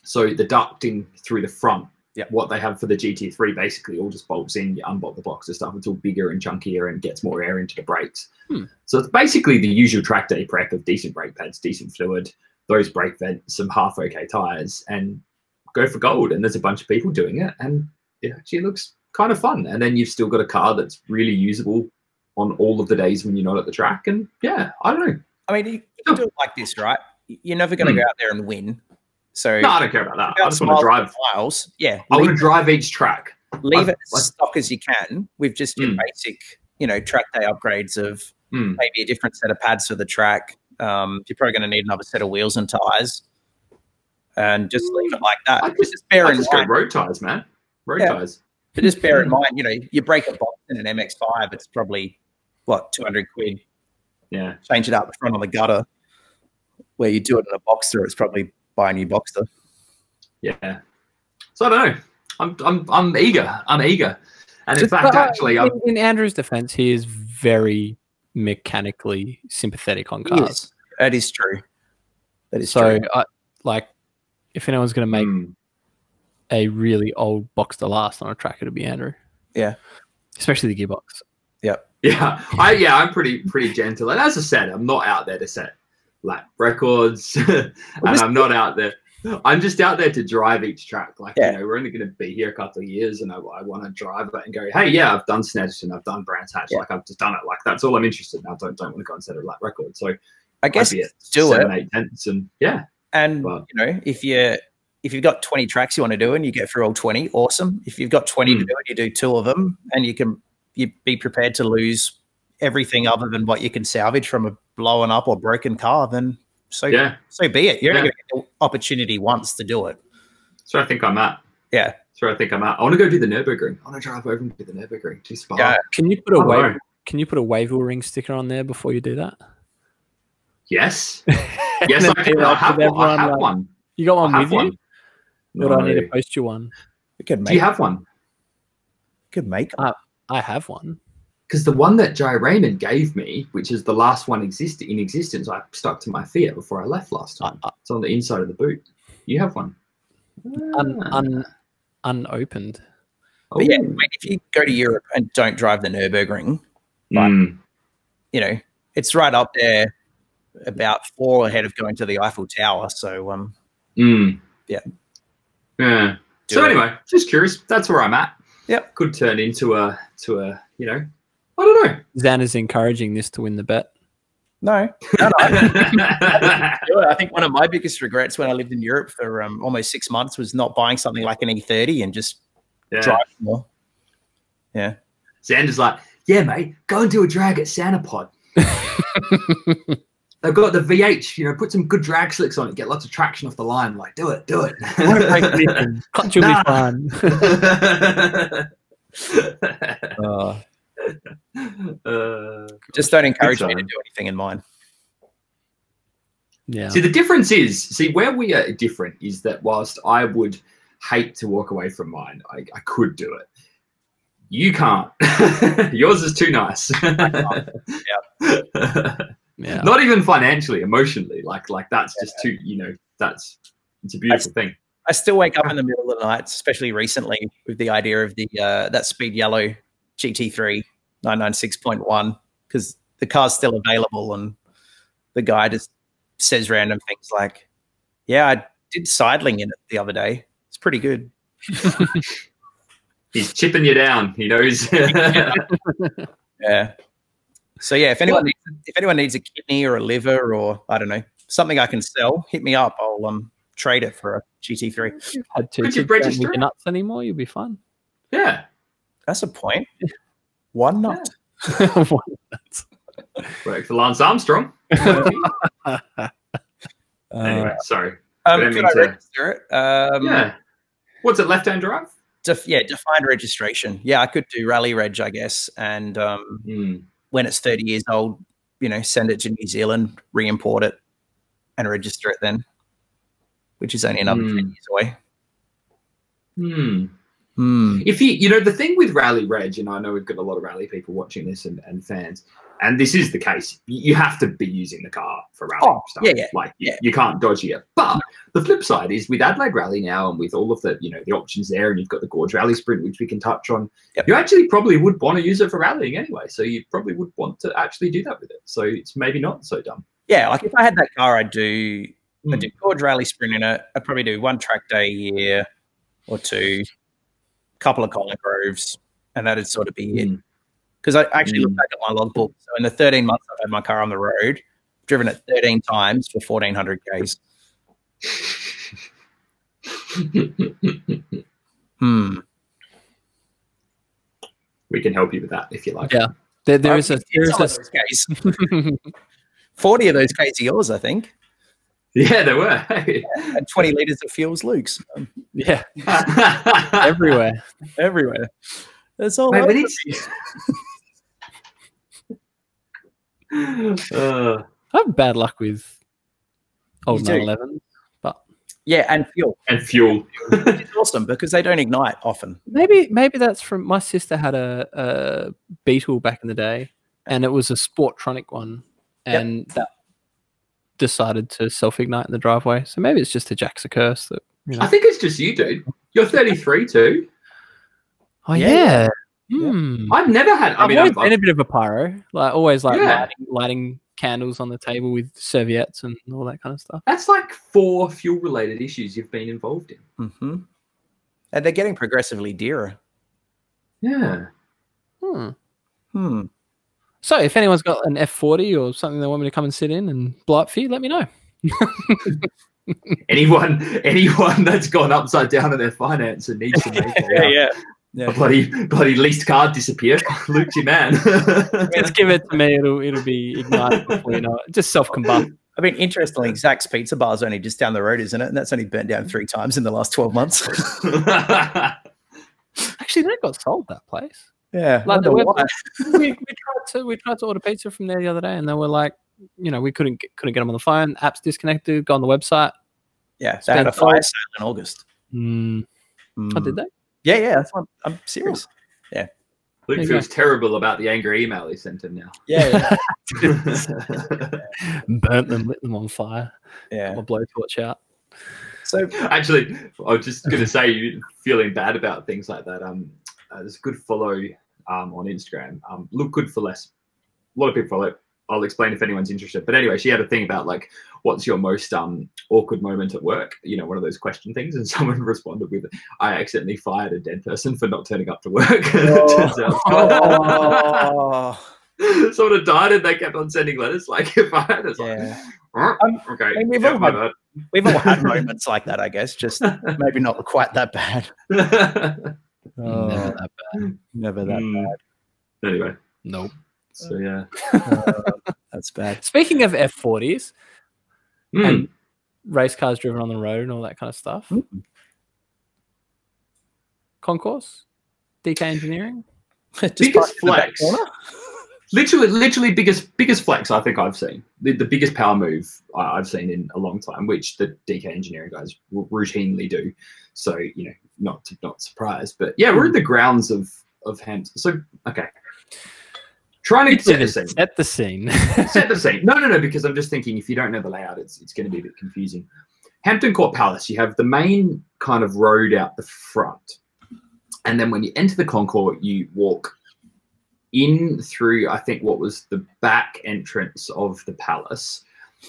A: So the ducting through the front,
C: Yep.
A: what they have for the GT3 basically all just bulbs in, you unbolt the box and stuff, it's all bigger and chunkier and gets more air into the brakes.
B: Hmm.
A: So it's basically the usual track day prep of decent brake pads, decent fluid, those brake vents, some half okay tires, and go for gold. And there's a bunch of people doing it, and it actually looks kind of fun. And then you've still got a car that's really usable on all of the days when you're not at the track. And yeah, I don't know.
C: I mean, you you do it like this, right? You're never going to
A: Hmm.
C: go out there and win. So
A: No, I don't care about that. I
C: about
A: just want to
C: smiles
A: drive.
C: and miles. Yeah,
A: I want
C: leave,
A: to drive each track.
C: leave it
A: I-
C: as stock as you can with just your
A: Hmm.
C: basic, you know, track day upgrades of
A: Mm.
C: maybe a different set of pads for the track. Um, you're probably going to need another set of wheels and tires, and just leave it like that.
A: I
C: But just bear
A: I
C: in
A: just go
C: mind,
A: road tires, man. Road
C: Yeah.
A: tires.
C: but just bear in mind, you know, you break a box in an MX5, it's probably what 200 quid.
A: Yeah.
C: Change it out the front on the gutter, where you do it in a Boxster, it's probably buy a new Boxster.
A: Yeah. So I don't know. I'm I'm I'm eager. I'm eager. And in
B: Just-
A: fact,
B: uh,
A: actually, I'm
B: in, in Andrew's defense, he is very mechanically sympathetic on cars.
C: Yes, that is true. That is
B: so,
C: true. Hmm.
B: I, like, if anyone's going to make
A: Mm.
B: a really old box to last on a track, it'll be Andrew.
C: Yeah.
B: especially the gearbox.
A: yeah. I yeah, I'm pretty pretty gentle. And as I said, I'm not out there to set like records, and
C: just-
A: I'm not out there. I'm just out there to drive each track. Like
C: Yeah.
A: you know, we're only going to be here a couple of years, and I, I want to drive it and go. Hey, yeah, I've done Snatch and I've done Brands Hatch.
C: Yeah.
A: Like I've just done it. Like that's all I'm interested in. I don't don't want to go and set a lap record. So
C: I guess
A: I'd be at
C: do it.
A: seven, eight tenths, and yeah,
C: And
A: Wow.
C: you know, if you if you've got twenty tracks you want to do and you get through all twenty, awesome. If you've got twenty to
A: Mm.
C: do and you do two of them, and you can you be prepared to lose everything other than what you can salvage from a blown up or broken car, then so
A: yeah.
C: so be it. You're
A: Yeah.
C: only going to get the opportunity once to do it.
A: So I think I'm at.
C: Yeah.
A: So I think I'm at. I want to go do the Nurburgring. I want to drive over and do the Nurburgring to Spa.
C: Yeah.
B: Can you put a
A: I don't
B: wave?
A: know.
B: Can you put a wave ring sticker on there before you do that?
A: Yes. Yes,
B: then
A: I, do.
B: peel
A: I
B: off
A: have
B: with
A: one. I
B: everyone,
A: have
B: like,
A: one.
B: You got
A: I
B: one
A: have
B: with
A: one.
B: you? Or do I need
A: No.
B: to post you one?
C: We could
A: Do
C: make
A: you have Oh. one?
C: could make. 'em.
B: I have one.
A: Because the one that Jai Raymond gave me, which is the last one exist- in existence, I stuck to my Fiat before I left last time.
B: Uh,
A: It's on the inside of the boot. You have one.
B: Un,
A: Ah.
B: un, unopened.
A: Oh.
C: But yeah, I mean, if you go to Europe and don't drive the Nurburgring,
A: Mm.
C: you know it's right up there, about four ahead of going to the Eiffel Tower. So um,
A: Mm.
C: yeah.
A: Yeah.
C: Do
A: so
C: it.
A: anyway, just curious. That's where I'm at.
C: Yep.
A: Could turn into a to a you know, I don't know.
B: Zan is encouraging this to win the bet.
C: No,
A: yeah,
C: Yeah, I think one of my biggest regrets when I lived in Europe for um, almost six months was not buying something like an E30 and just driving more.
A: Xander's like, yeah, mate, go and do a drag at Santapod. They've got the VH, you know, put some good drag slicks on it, get lots of traction off the line. Like, do it, do it.
B: Clutch will
A: Nah.
B: be fun. Oh,
A: Uh,
C: Just don't encourage me to
A: time.
C: do anything in mine.
B: yeah.
A: See, the difference is, see, where we are different is that whilst I would hate to walk away from mine, I, I could do it. You can't. Yours is too nice.
B: Yeah.
A: Not even financially, emotionally. Like, like that's just too. You know, that's it's a beautiful thing.
C: I still wake up in the middle of the night, especially recently, with the idea of the uh, that speed yellow GT3 996.1 because the car's still available and the guy just says random things like, "Yeah, I did sidling in it the other day. It's pretty good."
A: He's chipping you down. He knows.
C: Yeah. So yeah, if anyone needs, if anyone needs a kidney or a liver or I don't know something I can sell, hit me up. I'll um trade it for a GT3.
B: Had two
A: Could you
B: kids don't
A: register
B: need
A: it?
B: nuts anymore? You'll be fine.
A: yeah.
C: That's a point. One nut.
A: Work for Lance Armstrong. anyway,
C: Anyway,
A: sorry.
C: um,
A: I
C: could
A: mean
C: I
A: to-
C: register it? Um,
A: yeah. What's it? Left hand drive.
C: def- yeah, defined registration. Yeah, I could do Rally Reg, I guess. And um,
A: Hmm.
C: when it's 30 years old, you know, send it to New Zealand, re import it, and register it then, which is only another
A: Hmm.
C: 10 years away.
A: Hmm.
C: Hmm.
A: If you, you know, the thing with Rally Reg, and I know we've got a lot of rally people watching this and, and fans, and this is the case. y- You have to be using the car for rally
C: Oh,
A: stuff.
C: yeah, yeah,
A: like you-
C: yeah.
A: You, can't dodge it. But the flip side is with Adelaide Rally now, and with all of the you know the options there, and you've got the Gorge Rally Sprint, which we can touch on.
C: Yep.
A: You actually probably would want to use it for rallying anyway, so you probably would want to actually do that with it. So it's maybe not so dumb.
C: Yeah, like if I had that car, I'd do I
A: Hmm.
C: do Gorge Rally Sprint in it. I probably do one track day a year or two, couple of Colin Groves, and that'd sort of be it.
B: Hmm.
A: Mm.
C: Because I actually look
A: Mm.
C: back at my logbook. So in the 13 months I've had my car on the road, driven it 13 times for 1400 Ks. Hmm.
A: we can help you with that if you like.
B: Yeah. There, there is a there
C: Some of
B: is
C: those Ks.
B: a
C: 40 of those Ks are yours, I think.
A: Yeah, there were. Hey.
C: And 20 liters of fuel's Luke's um,
B: yeah everywhere.
C: everywhere. That's all.
A: Mate,
C: over.
A: we need- Uh,
B: I have bad luck with old
C: You do.
B: 911.
C: yeah, and fuel.
A: and fuel.
C: It's awesome because they don't ignite often.
B: Maybe maybe that's from my sister had a, a Beetle back in the day, and it was a Sportronic one,
C: Yep.
B: and that decided to self ignite in the driveway. So maybe it's just a Jack's curse that you know.
A: I think it's just you, dude. You're 33 too.
B: oh
C: yeah,
B: yeah.
C: yeah.
B: Hmm.
A: I've never had. I
B: I've
A: mean,
B: always
A: I've,
B: been a bit of a pyro, like always like
A: Yeah.
B: lighting, lighting candles on the table with serviettes and all that kind of stuff.
A: that's like four fuel-related issues you've been involved in.
C: hmm And they're getting progressively dearer.
A: Yeah.
B: Hmm.
C: Hmm.
B: So if anyone's got an F40 or something they want me to come and sit in and blow up for you, let me know.
A: Anyone, anyone that's gone upside down in their finance and needs to make a,
C: yeah.
A: a bloody, bloody leased car disappear, Luke's your man.
B: Just give it to me; it'll it'll be ignited before you know it. Just self combust.
C: I mean, interestingly, Zach's Pizza Bar is only just down the road, isn't it? And that's only burnt down three times in the last 12 months.
B: Actually, that got sold. That place.
C: yeah.
B: Like
C: wonder
B: the web-
C: why.
B: we, we tried to we tried to order pizza from there the other day, and they were like, you know, we couldn't get, couldn't get them on the phone. App's disconnected. Go on the website.
C: Yeah. They had a
B: Spent
C: fire
B: all-
C: sale in August.
B: Mm. I
C: Mm.
B: did that.
C: Yeah, yeah. That's what I'm, I'm serious.
A: Luke feels terrible about the angry email he sent him now.
C: Yeah. Yeah.
B: Burnt them, lit them on fire.
C: yeah.
B: Got my blowtorch out.
C: So,
A: Actually, I was just going to say, you feeling bad about things like that. Um, uh, there's a good follow um, on Instagram. Um, look good for less. A lot of people follow. it. I'll explain if anyone's interested. But anyway, she had a thing about like what's your most um, awkward moment at work? You know, one of those question things. And someone responded with, I accidentally fired a dead person for not turning up to work. And it turns out
C: Oh,
A: sort of died and they kept on sending letters like if I had it's
C: yeah.
A: like
C: Um,
A: "Oh, okay
C: and we've
A: yeah,
C: all
A: my
C: We've all had moments like that, I guess. Just maybe not quite that bad.
A: bad.
B: Never that bad.
C: Oh, never
A: Mm.
C: Hmm.
A: anyway
B: Nope.
A: so yeah
C: That's bad.
B: Speaking of F40s,
A: Mm.
B: And- race cars driven on the road and all that kind of stuff. Concourse, DK Engineering.
A: biggest
C: parked in the back
A: flex
C: corner?
A: literally literally biggest biggest flex i think i've seen the, the biggest power move I, i've seen in a long time which the dk engineering guys r- routinely do so you know not not surprised but yeah we're in the grounds of of Hampton. so okay trying to set the scene
B: Set the scene.
A: set the scene. No, no, no, because I'm just thinking if you don't know the layout, it's, it's going to be a bit confusing. Hampton Court Palace, you have the main kind of road out the front. And then when you enter the Concourt, you walk in through, I think, what was the back entrance of the palace.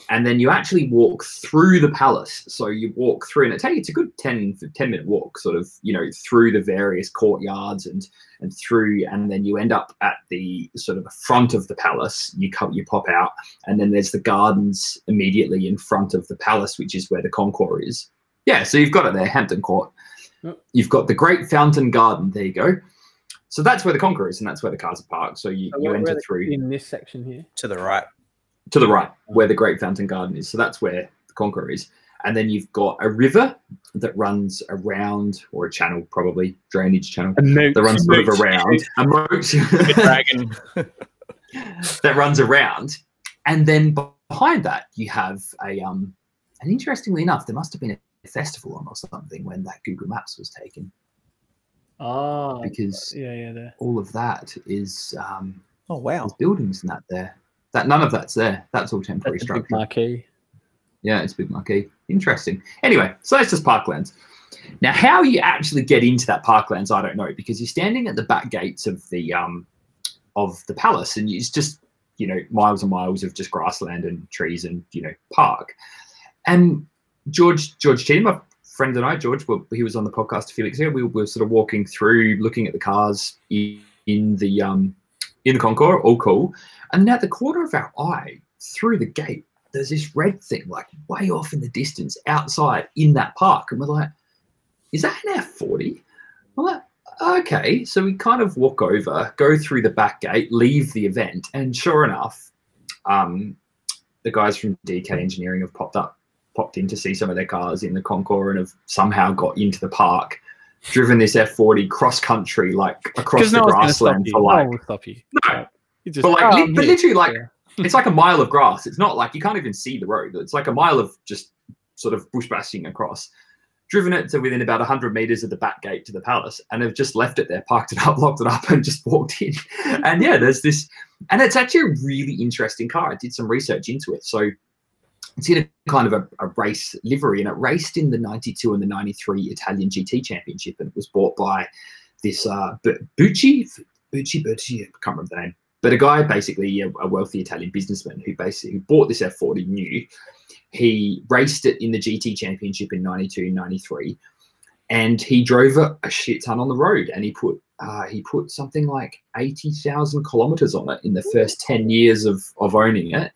A: And then you actually walk through the palace. So you walk through, and it takes, it's a good 10, 10 minute walk, sort of, you know, through the various courtyards and and through, and then you end up at the sort of the front of the palace. You come, you pop out, and then there's the gardens immediately in front of the palace, which is where the Concours is. Yeah, so you've got it there, Hampton Court.
B: Yep.
A: You've got the Great Fountain Garden. There you go. So that's where the Concours is, and that's where the cars are parked. So you, you enter through
B: in this section here.
C: to the right.
A: to the right where the Great Fountain Garden is. So that's where the Conqueror is. And then you've got a river that runs around, or a channel probably, drainage channel, that runs sort of around. A moat.
C: dragon.
A: that runs around. And then behind that, you have a um, and interestingly enough, there must have been a festival on or something when that Google Maps was taken
B: Ah,
A: because
B: yeah, yeah, there.
A: all of that is um,
C: Oh wow.
A: there's buildings and that there. That none of that's there. That's all temporary
B: That's a big
A: structure.
B: marquee.
A: Yeah, it's Big Marquee. Interesting. Anyway, so that's just parklands. Now, how you actually get into that parklands, I don't know, because you're standing at the back gates of the um, of the palace, and it's just you know miles and miles of just grassland and trees and you know park. And George George Cheatham, my friend and I, George, well, he was on the podcast a few weeks ago. We were sort of walking through, looking at the cars in, in the um, in the Concours, all cool. And at the corner of our eye, through the gate there's this red thing like way off in the distance outside in that park and we're like is that an f40 we're like okay so we kind of walk over go through the back gate leave the event and sure enough um, the guys from dk engineering have popped up popped in to see some of their cars in the concours and have somehow got into the park driven this f40 cross country like across the
B: no one's gonna stop
A: grassland
B: you. Oh,
A: for
B: No
A: like
B: one will stop you.
A: No.
B: You just,
A: but like
B: oh,
A: li-
B: I'm
A: but
B: here.
A: literally like
B: Yeah.
A: it's like a mile of grass. It's not like you can't even see the road. It's like a mile of just sort of bush bashing across. Driven it to within about 100 meters of the back gate to the palace and have just left it there, parked it up, locked it up, and just walked in. And yeah, there's this, and it's actually a really interesting car. I did some research into it. So it's in a kind of a, a race livery and it raced in the 92 and the 93 Italian GT Championship and it was bought by this uh, Bu- Bucci, Bucci, Bucci, I can't remember the name but a guy basically a, a wealthy Italian businessman who basically who bought this F40 new. He raced it in the GT Championship in 92, 93, and he drove it a shit ton on the road. And he put uh, he put something like 80,000 kilometers on it in the first 10 years of, of owning it.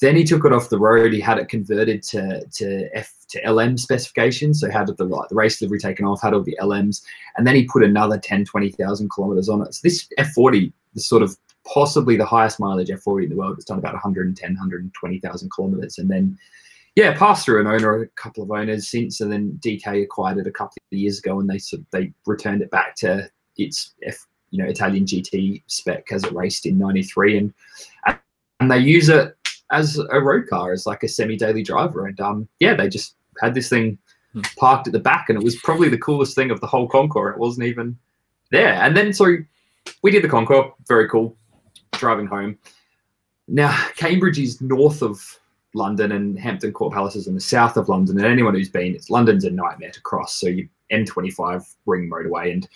A: Then he took it off the road. He had it converted to to F to LM specifications. So had the like the race livery taken off, had all the LMs, and then he put another 10, 20,000 kilometers on it. So this F40 is sort of possibly the highest mileage F40 in the world. It's done about 110, 120,000 kilometers. And then, yeah, passed through an owner, a couple of owners since, and then DK acquired it a couple of years ago, and they sort of, they returned it back to its F, you know Italian GT spec as it raced in '93, and and they use it as a road car, as like a semi-daily driver. And um, yeah, they just had this thing
C: Hmm.
A: parked at the back, and it was probably the coolest thing of the whole Concours. It wasn't even there. And then so we did the Concours, very cool driving home. Now, Cambridge is north of London and Hampton Court Palace is in the south of London. And anyone who's been, it's London's a nightmare to cross. So you M25 ring motorway. And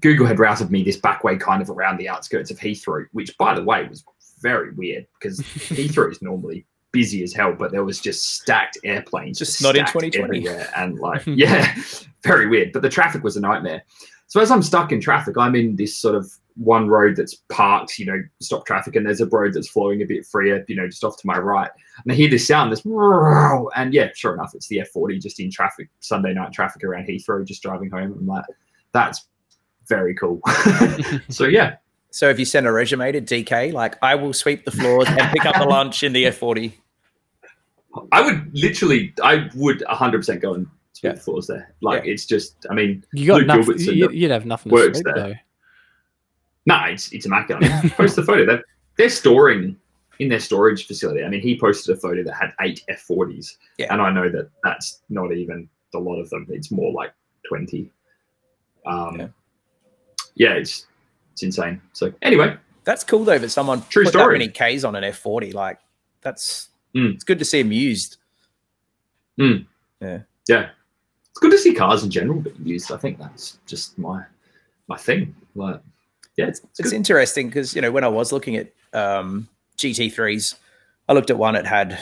A: Google had routed me this back way kind of around the outskirts of Heathrow, which, by the way, was very weird because Heathrow is normally busy as hell, but there was just stacked airplanes.
C: Just not in
A: stacked
C: 2020.
A: everywhere, And like, yeah, very weird. But the traffic was a nightmare. So as I'm stuck in traffic, I'm in this sort of one road that's parked, you know, stop traffic, and there's a road that's flowing a bit freer, you know, just off to my right. And I hear this sound, this, and yeah, sure enough, it's the F40 just in traffic, Sunday night traffic around Heathrow, just driving home. I'm like, that's very cool. so yeah,
C: So if you send a resume to DK, like I will sweep the floors and pick up the lunch in the F40.
A: I would literally, I would 100% go and sweep
C: Yeah.
A: the floors there. Like, it's just, I mean,
B: You got
A: Luke
B: nothing.
A: Gilbertson
B: You,
A: that
B: you'd have nothing to
A: works
B: sleep
A: there.
B: though.
A: nah, it's, it's immaculate. I mean, post the photo. They're, they're storing in their storage facility. I mean, he posted a photo that had eight F40s.
C: Yeah.
A: And I know that that's not even a lot of them. It's more like 20. Um,
C: Yeah.
A: yeah. it's it's insane. So anyway,
C: That's cool though that someone
A: True
C: put
A: story.
C: that many Ks on an F40. Like that's
A: Mm.
C: it's good to see them used.
A: yeah, it's good to see cars in general being used. I think that's just my my thing. Like, yeah, it's,
C: It's
A: good.
C: interesting because you know when I was looking at um, GT3s, I looked at one that had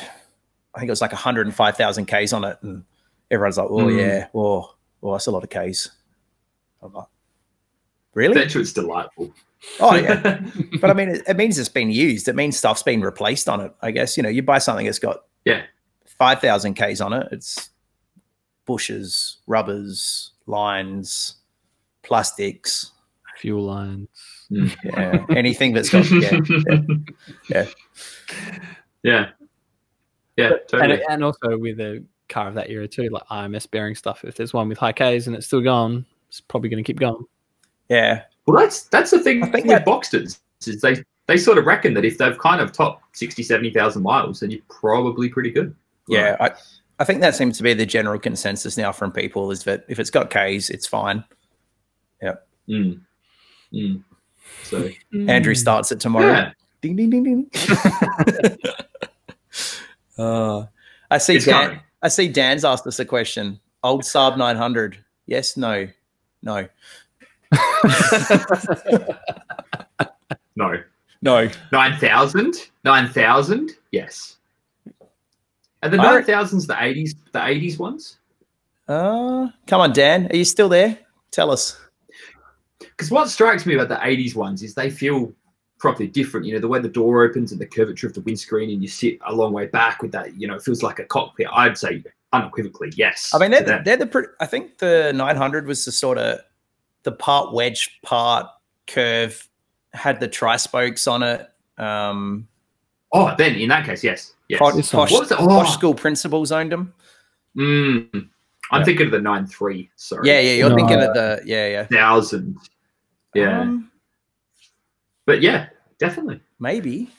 C: I think it was like 105,000 Ks on it, and everyone's like, "Oh
A: Mm.
C: yeah, oh, oh, that's a lot of Ks." I'm like, "Really?
A: That's what's delightful.
C: oh yeah." but I mean, it, it means it's been used. It means stuff's been replaced on it. I guess you know, you buy something that's got
A: Yeah.
C: five thousand k's on it. It's bushes, rubbers, lines, plastics,
B: Fuel lines.
C: yeah, anything that's got. Yeah, yeah.
A: yeah, yeah,
B: and,
A: totally.
B: and also with a car of that era too, like IMS bearing stuff. If there's one with high Ks and it's still gone, it's probably going to keep going.
C: yeah.
A: Well, that's that's the thing
C: I think
A: with
C: that-
A: Boxtons is they they sort of reckon that if they've kind of topped 60, 70,000 miles, then you're probably pretty good.
C: yeah. I, I think that seems to be the general consensus now from people is that if it's got k's, it's fine.
A: Mm. Mm. So
B: Mm.
C: Andrew starts it tomorrow.
A: Hmm. yeah,
C: Ding ding ding ding. uh, I see.
A: it's
C: Dan-
A: coming.
C: I see Dan's asked us a question. Old Saab 900. Yes, no, no,
A: No,
C: no.
A: nine thousand, nine thousand. Yes. And the
C: I-
A: nine thousands, the eighties, the eighties ones.
C: Uh, come on, Dan. Are you still there? Tell us.
A: Because what strikes me about the 80s ones is they feel properly different. You know, the way the door opens and the curvature of the windscreen, and you sit a long way back with that, you know, it feels like a cockpit. I'd say unequivocally, yes.
C: I mean,
A: to
C: they're the,
A: them.
C: they're the. Pre- I think the 900 was the sort of the part wedge, part curve, had the tri spokes on it. Um,
A: oh, then in that case, yes. Yes.
C: Pod-
B: It's
C: posh,
A: what was it? Oh,
C: posh school principals owned them.
A: mm. I'm
C: Yeah.
A: thinking of the 9.3, sorry.
C: Yeah, yeah. You're
B: No.
C: thinking of the. Yeah, yeah.
A: Thousand. Yeah.
C: Um,
A: but yeah, definitely.
C: maybe.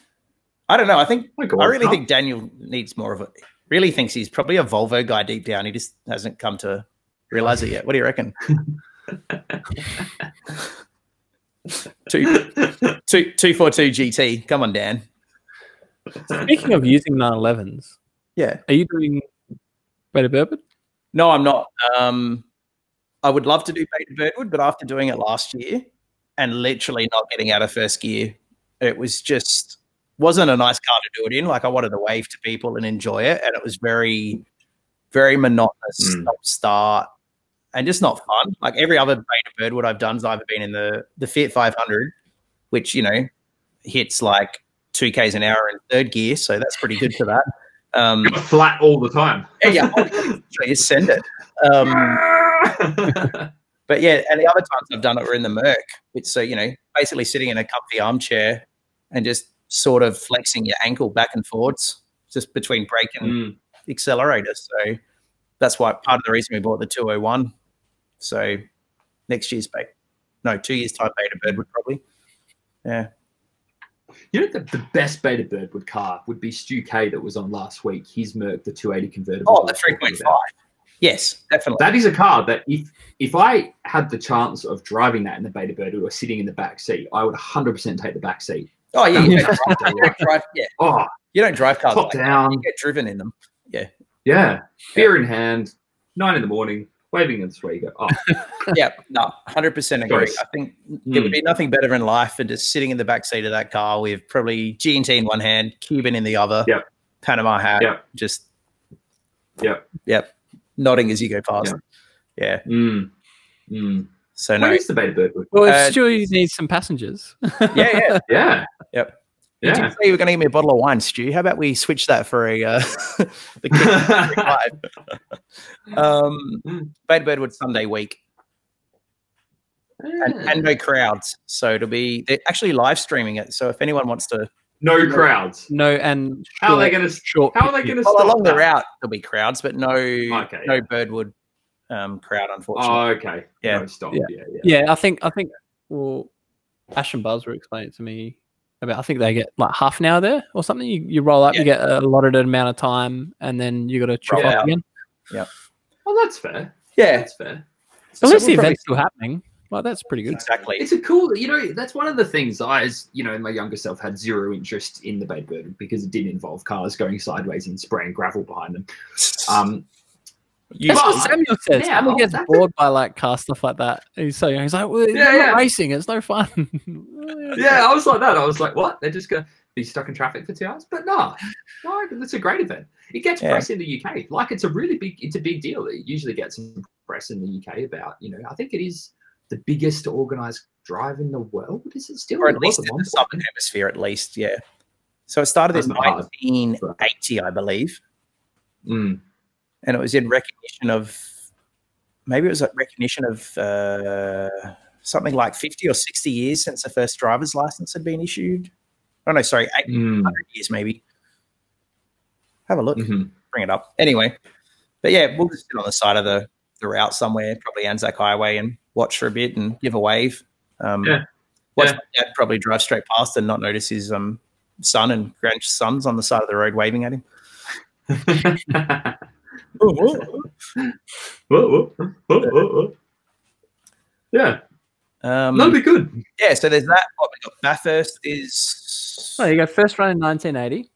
C: I don't know. I think
A: Oh my God,
C: I really
A: huh?
C: think Daniel needs more of it. Really thinks he's probably a Volvo guy deep down. He just hasn't come to realize it yet. What do you reckon? two, two, two, four, two GT. Come on, Dan.
B: Speaking of using 911s,
C: Yeah.
B: are you doing Beta Bourbon?
C: No, I'm not. Um, I would love to do Beta Birdwood, but after doing it last year and literally not getting out of first gear, it was just wasn't a nice car to do it in. Like I wanted to wave to people and enjoy it, and it was very, very monotonous,
A: Mm.
C: stop start, and just not fun. Like every other Beta Birdwood I've done has either been in the the Fiat 500, which you know hits like two k's an hour in third gear, so that's pretty good for that. Um,
A: You're flat all the time.
C: yeah, yeah, I just send it. Um, but yeah, and the other times I've done it were in the Merc, which so you know, basically sitting in a comfy armchair and just sort of flexing your ankle back and forwards, just between brake and
A: Mm.
C: accelerator. So that's why part of the reason we bought the 201. So next year's bait, no, two years time beta bird would probably.
A: You know, the, the best Beta Birdwood car would be Stu K that was on last week. His Merc, the 280 convertible.
C: Oh,
A: we
C: the
A: were talking
C: 3.5.
A: about.
C: Yes, definitely.
A: That is a car that if if I had the chance of driving that in the Beta Bird or sitting in the back seat, I would 100% take the back seat.
C: oh yeah, you
A: Yeah.
C: don't drive, you don't drive- yeah,
A: Oh,
C: you don't drive cars.
A: top
C: Like, that.
A: down.
C: you get driven in them.
A: Yeah. Beer in hand, nine in the morning, waving at the way you go. Oh,
C: yeah, no, hundred percent agree.
A: Choice. Hmm.
C: I think there would be nothing better in life than just sitting in the back seat of that car with probably G and T in one hand, Cuban in the other,
A: Yep.
C: Panama hat.
A: Yep.
C: Just
A: Yep.
C: Yep. Nodding as you go past. Yeah.
A: Mm. Mm.
C: So
A: Where
C: no.
A: is the beta bird? with?
B: Well, if
C: Uh,
B: Stewie needs some passengers,
C: Yeah, yeah.
A: Yeah.
C: Yep. Did you
A: Yeah.
C: say you were going to give me a bottle of wine, Stu? How about we switch that for a uh, the kick live?
A: Hmm.
C: um, Beta Birdwood Sunday week and,
A: Hmm.
C: and no crowds, so it'll be they're actually live streaming it. So if anyone wants to
A: no crowds.
B: no, and
A: How are they
B: short-
A: going to?
B: short
A: How are they going
B: picnic.
A: to
C: well,
A: stop
C: along the
A: that?
C: route, there'll be crowds, but no
A: Okay,
C: no Birdwood um, crowd, unfortunately.
A: Oh, okay.
C: Yeah.
A: No, stop.
B: Yeah.
A: Yeah. Yeah.
B: Yeah, I think I think well, Ash and Buzz were explaining it to me about. I think they get like half an hour there or something. You, you roll up, you get a allotted amount of time, and then you got to chop
C: Roll
B: up
C: out.
B: again.
A: Well, that's fair.
C: yeah,
A: That's fair.
B: At
C: So
B: least the
C: we'll probably-
B: event's still happening. Well, that's pretty good.
C: exactly.
A: It's a cool. You know, that's one of the things I, as you know, my younger self had zero interest in the beta bird because it did involve cars going sideways and spraying gravel behind them.
C: Uh,
A: Um,
C: You- oh,
B: That's what
A: Well,
B: Samuel says.
A: now,
B: Samuel gets
A: that's
B: bored by like car stuff like that. He's so young. He's like, well, yeah,
A: Yeah, yeah.
B: racing. It's no fun.
A: yeah, I was like that. I was like, what? They're just going to be stuck in traffic for two hours? But no, no, it's a great event. It gets
C: Yeah.
A: press in the UK. Like it's a really big, it's a big deal. It usually gets some press in the UK about, you know, I think it is the biggest organized drive in the world. Is it still?
C: or at
A: It
C: least
A: was at
C: in the
A: one point.
C: southern hemisphere, at least, yeah. So it started
A: That's
C: in
A: not hard.
C: 1980, I believe,
A: Mm.
C: and it was in recognition of maybe it was like recognition of uh, something like 50 or 60 years since the first driver's license had been issued. Oh no, sorry, 800
A: Mm.
C: years maybe. Have a look,
A: Mhm.
C: bring it up. Anyway, but yeah, we'll just sit on the side of the, the route somewhere, probably Anzac Highway, and watch for a bit and give a wave. Um,
A: Yeah.
C: Watch
A: Yeah.
C: my dad probably drive straight past and not notice his um, son and grandsons on the side of the road waving at him.
A: Mm, Mm-hmm. Whoa, whoa, whoa, whoa, whoa. Yeah,
C: Um,
A: that'd be good.
C: yeah, so there's that. What we got? Bathurst is.
B: Well, you go first run in 1980.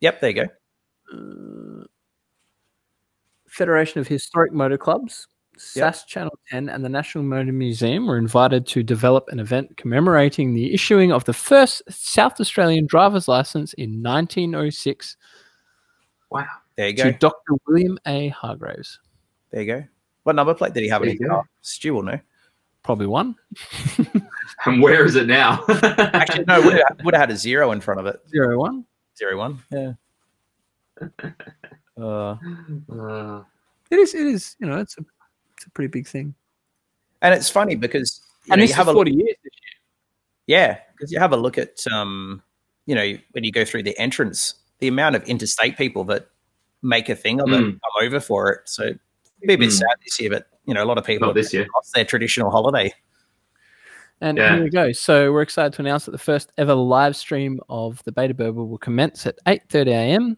C: Yep, there you go.
B: Uh, Federation of Historic Motor Clubs, SAS Channel 10, and the National Motor Museum were invited to develop an event commemorating the issuing of the first South Australian driver's license in 1906
A: Wow.
C: There you go.
B: to Dr. William A. Hargraves.
C: There you go. What number plate did he have in
A: There
C: his
A: you
C: car? Stu will know.
B: Probably one.
A: And where is it now?
C: Actually, no, would have, would have had a zero in front of it.
B: Zero one.
C: Zero one. Yeah. Uh,
A: Uh,
B: It is, it is, you know, it's a, it's a pretty big thing.
C: and it's funny because you,
B: And
C: know,
B: this
C: you have
B: is
C: a
B: 40 years.
C: Yeah, because you have a look at um, you know, when you go through the entrance, the amount of interstate people that make a thing of it,
A: Mm.
C: come over for it. So it'd be a bit
A: Mm.
C: sad this year, but you know, a lot of people
A: not this year.
C: lost their traditional holiday.
B: And
A: Yeah.
B: here we go. So we're excited to announce that the first ever live stream of the Beta Burble will commence at 8.30 a.m.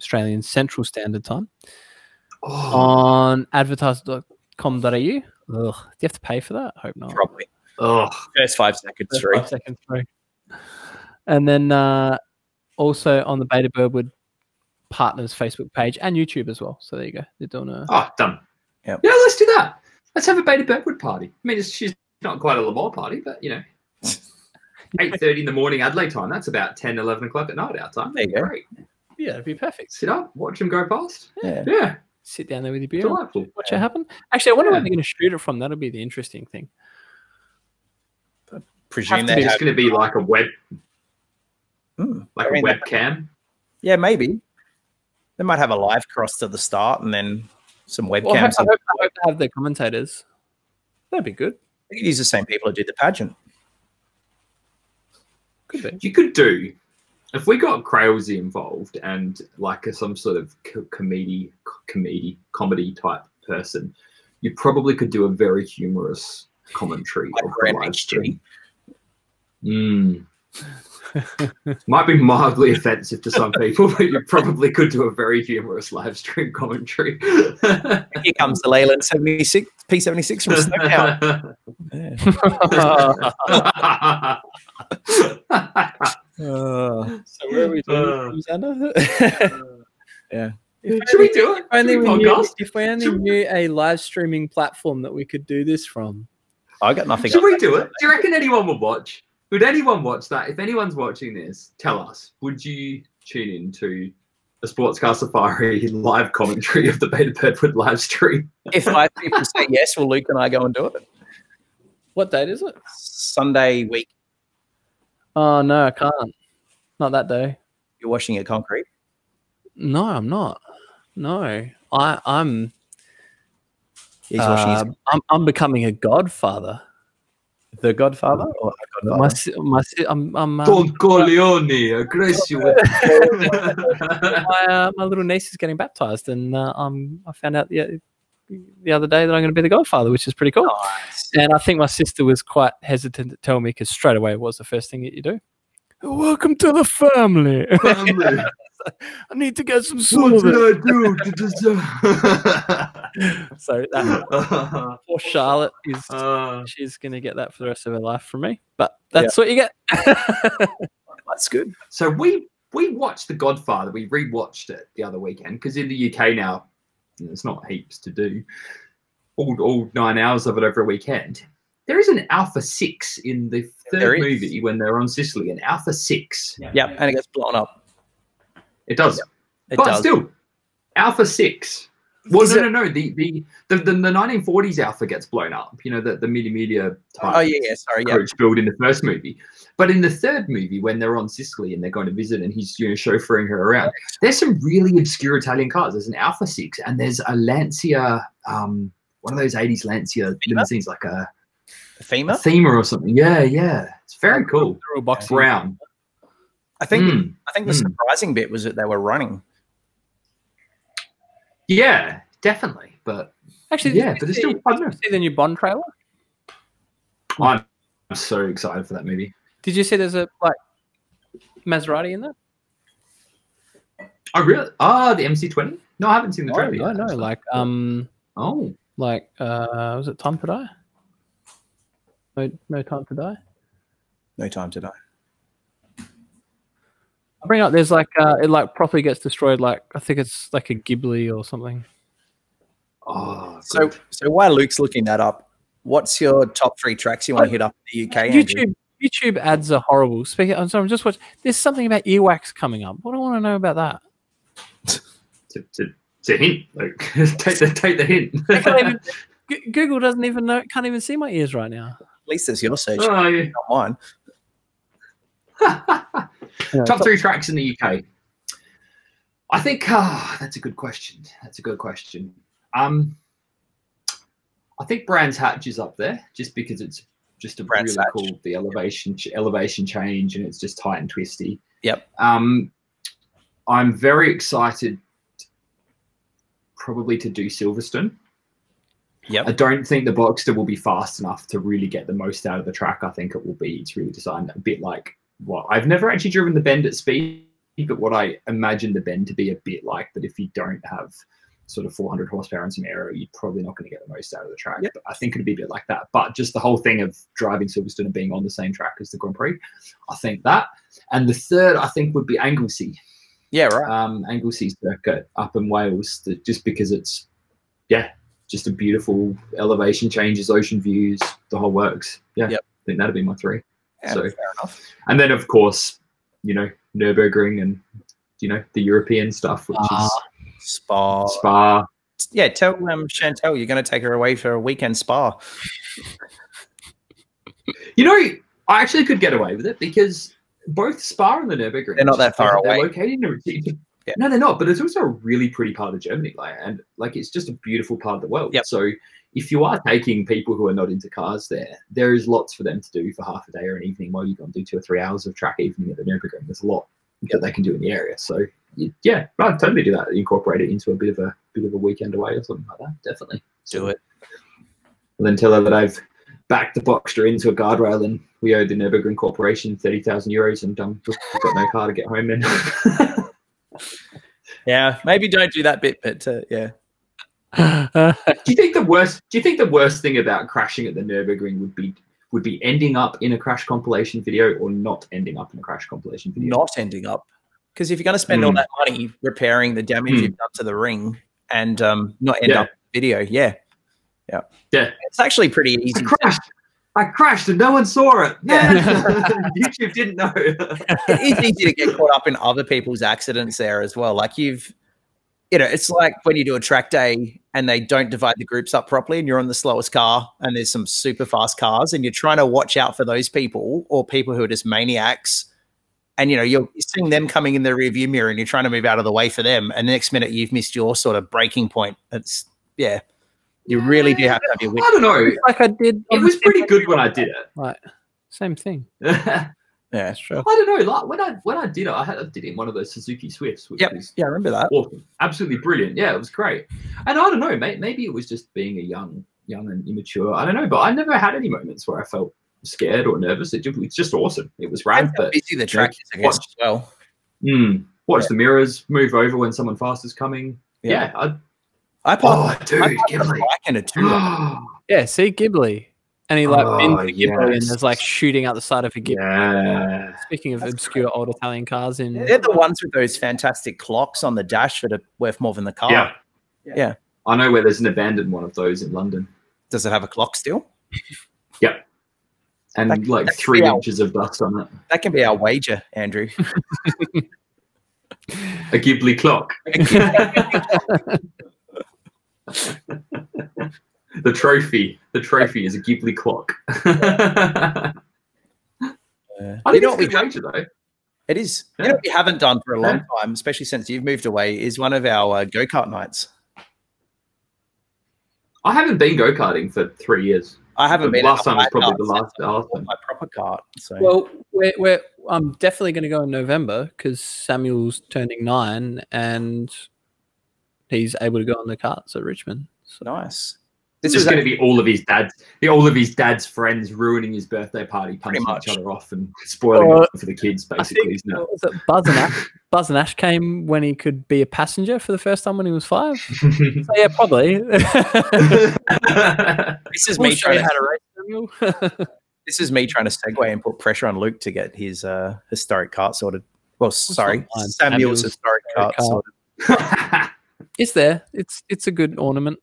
B: Australian Central Standard Time
C: uh,
A: Oh,
B: on advertiser.com.au. Ugh, do you have to pay for that? I hope not.
C: Probably
A: oh.
C: first five seconds
B: That's
C: through.
B: five seconds through. And then uh, also on the Beta Birdwood Partners Facebook page and YouTube as well. So there you go. They're doing a
A: Oh, done.
C: Yep.
A: Yeah, let's do that. Let's have a Beta Birdwood party. I mean, it's, she's not quite a Lamar party, but you know, eight thirty in the morning Adelaide time. That's about 10, 11 o'clock at night our time.
C: There you go.
A: Great.
B: yeah, it'd be perfect.
A: Sit up, watch them go past.
C: Yeah.
A: Yeah,
B: Sit down there with your beer, and
A: delightful.
B: watch it happen. Actually, I wonder where
A: Yeah.
B: they're going to shoot it from. That'll be the interesting thing.
C: Presume
B: to
C: they
B: be
A: It's
C: have,
A: just going to be like a web,
C: Hmm.
A: like
C: I mean,
A: a
C: that-
A: webcam.
C: yeah, maybe they might have a live cross to the start and then some webcams.
B: Well, I, hope, I,
C: and-
B: hope, I hope they have the commentators. That'd be good.
C: they could use the same people that did the pageant.
B: Could be.
A: You could do if we got Crailsy involved and like a, some sort of co- comedy, comedy, comedy type person. You probably could do a very humorous commentary
C: Like
A: of the
C: Graham
A: live
C: H.
A: stream. Mm. Might be mildly offensive to some people, but you probably could do a very humorous live stream commentary.
C: Here comes the Leyland 76 P76 from Snowtown. Yeah. Uh,
B: So where are we
A: doing
B: doing, Xander?
A: Should we do it?
B: If only
A: Should we
B: we knew,
A: podcast?
B: if we only
A: Should-
B: knew a live streaming platform that we could do this from.
C: I got nothing.
A: Should
C: else.
A: we do it? Do you reckon anyone will watch? Would anyone watch that? If anyone's watching this, tell us. Would you tune in to a sports car safari live commentary of the Beta Birdwood live stream.
C: If five people say yes, well, Luke and I go and do it.
B: What date is it?
C: Sunday week,
B: Oh no, I can't. Not that day.
C: you're washing at concrete.
B: No, I'm not. No, I I'm
C: He's washing
B: uh, I'm, I'm becoming a godfather.
C: his, the Godfather or a Godfather?
B: My, si- my, si- I'm, I'm, um,
A: Don Corleone, aggressive.
B: my, uh, my little niece is getting baptized, and uh, um, I found out the, the other day that I'm going to be the godfather, which is pretty cool. And I think my sister was quite hesitant to tell me because straight away it was the first thing that you do. Welcome to the family.
A: Family,
B: I need to get some
A: what
B: silver.
A: did I do to deserve?
B: So that poor Charlotte is
A: Uh,
B: she's going to get that for the rest of her life from me. But that's what you get.
C: That's good.
A: so we we watched The Godfather. We rewatched it the other weekend because in the UK now there's not heaps to do. All all nine hours of it over a weekend. There is an Alpha Six in the
C: There
A: third
C: is.
A: movie when they're on Sicily. An Alpha Six.
C: Yep, and it gets blown up.
A: It does.
C: It
A: but
C: does.
A: still, Alpha Six. Well,
C: Is
A: no,
C: it-
A: no, no. The the the the nineteen forties Alpha gets blown up. You know the the media media type
C: oh yeah, yeah. Sorry, yeah.
A: coach build in the first movie, but in the third movie when they're on Sicily and they're going to visit and he's you know chauffeuring her around. There's some really obscure Italian cars. There's an Alpha Six and there's a Lancia. Um, one of those eighties Lancia limousines, like a, a
C: Femur.
A: Thema or something. Yeah, yeah. It's very cool.
B: They're all boxy.
A: Brown.
C: I think.
A: Mm.
C: I think the
A: Mm.
C: surprising bit was that they were running.
A: Yeah, definitely. But
B: Actually,
A: yeah,
B: did
A: but
B: you
A: it's
B: see-
A: still fun.
B: did you see the new Bond trailer?
A: I'm I'm so excited for that movie.
B: Did you see there's a like Maserati in there?
A: Oh, really? Ah, the MC20? No, I haven't seen the trailer.
B: I
A: yet,
B: know,
A: actually.
B: like um,
A: oh,
B: like uh, was it Time to Die? No, no time to die.
C: No time to die.
B: I bring up there's like uh, it like properly gets destroyed. Like I think it's like a Ghibli or something.
A: oh,
C: So,
A: good.
C: so while Luke's looking that up, what's your top three tracks you want to hit up in the UK? Andrew?
B: YouTube YouTube ads are horrible. Speaking, I'm sorry, I'm just watching. There's something about earwax coming up. What do I want to know about that?
A: it's, a, it's, a, it's a hint. Like, take the take the hint.
B: I can't even, G- Google doesn't even know. Can't even see my ears right now.
C: At least there's your search,
A: Oh, yeah.
C: not mine.
A: Top three tracks in the UK. I think ah, that's a good question. That's a good question. Um, I think Brands Hatch is up there just because it's just a
C: Brands
A: really
C: Hatch.
A: cool the elevation ch- elevation change and it's just tight and twisty.
C: Yep.
A: Um, I'm very excited, probably to do Silverstone.
C: Yep.
A: I don't think the Boxster will be fast enough to really get the most out of the track. I think it will be. It's really designed a bit like what I've never actually driven the bend at speed, but what I imagine the bend to be a bit like. But if you don't have sort of 400 horsepower and some aero, you're probably not going to get the most out of the track.
C: Yep.
A: But I think it'd be a bit like that. But just the whole thing of driving Silverstone and being on the same track as the Grand Prix, I think that. And the third, I think, would be Anglesey
C: Yeah, right.
A: um, Anglesey circuit up in Wales, that just because it's, yeah, just a beautiful elevation changes, ocean views, the whole works. Yeah,
C: Yep.
A: I think that'd be my three.
C: Yeah,
A: so-
C: fair enough.
A: And then, of course, you know, Nürburgring and, you know, the European stuff, which
C: Spa.
A: is Spa.
C: Yeah, tell um, Chantel you're going to take her away for a weekend spa.
A: You know, I actually could get away with it because both Spa and the Nürburgring
C: They're not that far
A: they're
C: away.
A: located in a-
C: Yeah.
A: No, they're not. But it's also a really pretty part of Germany, like and like it's just a beautiful part of the world.
C: Yep.
A: So if you are taking people who are not into cars there, there is lots for them to do for half a day or an evening while you go and do two or three hours of track evening at the Nürburgring. There's a lot that they can do in the area. So y- yeah, I'd totally do that. Incorporate it into a bit of a bit of a weekend away or something like that. Definitely
C: Do it.
A: and then tell her that I've backed the Boxster into a guardrail and we owe the Nurburgring Corporation 30,000 euros and um, we've got no car to get home in.
C: Yeah, maybe don't do that bit, but uh, yeah.
B: Uh,
A: do you think the worst do you think the worst thing about crashing at the Nurburgring would be would be ending up in a crash compilation video or not ending up in a crash compilation video?
C: not ending up. Because if you're going to spend all
A: Hmm.
C: that money repairing the damage
A: Hmm.
C: you've done to the ring and um, not end
A: Yeah.
C: up in the video, yeah, yeah,
A: Yeah.
C: it's actually pretty easy.
A: I crashed. I crashed and no one saw it. YouTube didn't know.
C: it's easy to get caught up in other people's accidents there as well. Like you've, you know, it's like when you do a track day and they don't divide the groups up properly and you're on the slowest car and there's some super fast cars and you're trying to watch out for those people or people who are just maniacs. And you know, you're seeing them coming in the rearview mirror and you're trying to move out of the way for them. And the next minute you've missed your sort of breaking point. It's yeah. You really do have to have your wit.
A: I don't know.
B: Like I did.
A: It was pretty good when I did
B: Like same thing.
A: it.
C: Yeah, sure.
A: I don't know. Like when I when I did it, I had I did it in one of those Suzuki Swifts, which
C: Yep.
A: was
C: Yeah, I remember that.
A: awesome, absolutely brilliant. Yeah, it was great. And I don't know, mate. Maybe it was just being a young, young and immature. I don't know, but I never had any moments where I felt scared or nervous. It just, it's just awesome. It was rad.
C: And how
A: But
C: busy the track is, I guess, as well.
A: mm, watch the mirrors, move over when someone fast is coming. Yeah,
C: Yeah.
A: I'd,
C: I
A: oh,
C: parked
A: dude,
C: I parked
A: give
C: my
A: me.
C: bike in a two.
B: Yeah, see Ghibli. And he like
A: Oh,
B: bends to Ghibli and
A: yes.
B: there's like shooting out the side of a Ghibli.
A: yeah.
B: Speaking of
C: That's
B: obscure old Italian cars in
C: They're the ones with those fantastic clocks on the dash that are worth more than the car.
A: Yeah.
C: Yeah.
A: I know where there's an abandoned one of those in London.
C: Does it have a clock still?
A: And
C: That-
A: like
C: that could
A: three
C: be our-
A: inches of dust on it.
C: That can be our wager, Andrew.
A: A Ghibli clock. The trophy. The trophy is a Ghibli clock. I think
C: Uh, You know
A: it's
C: what we
A: a good
C: have-
A: wager, though.
C: It is.
A: Yeah.
C: You know, what we haven't done for a long
A: Yeah.
C: time, especially since you've moved away, is one of our uh, go kart nights.
A: I haven't been go karting for three years.
C: I haven't
A: The
C: been.
A: last
C: at a
A: time was
C: night
A: probably
C: kart
A: the last.
C: since
A: the
C: I
A: last
C: bought
A: time.
C: my proper cart. So
B: Well, we're, we're I'm definitely going to go in November because Samuel's turning nine and he's able to go on the carts at Richmond. So
C: nice.
A: This
C: This
A: is
C: was
A: going to
C: actually
A: be all of his dad's, the, all of his dad's friends ruining his birthday party, punching
C: much.
A: each other off, and spoiling
B: Uh,
A: it for the kids.
B: I
A: Basically,
B: think
A: isn't it?
B: what was it Buzz and Ash? Buzz and Ash came when he could be a passenger for the first time when he was five. So yeah, probably.
C: this is
B: We'll
C: me
B: show you
C: trying
B: how
C: to,
B: to race, Samuel.
C: this is me trying to segue and put pressure on Luke to get his uh, historic cart sorted. Well, sorry,
B: not mine.
C: Samuel's,
B: Samuel's
C: historic cart,
B: historic cart.
C: sorted.
B: it's there. It's it's a good ornament.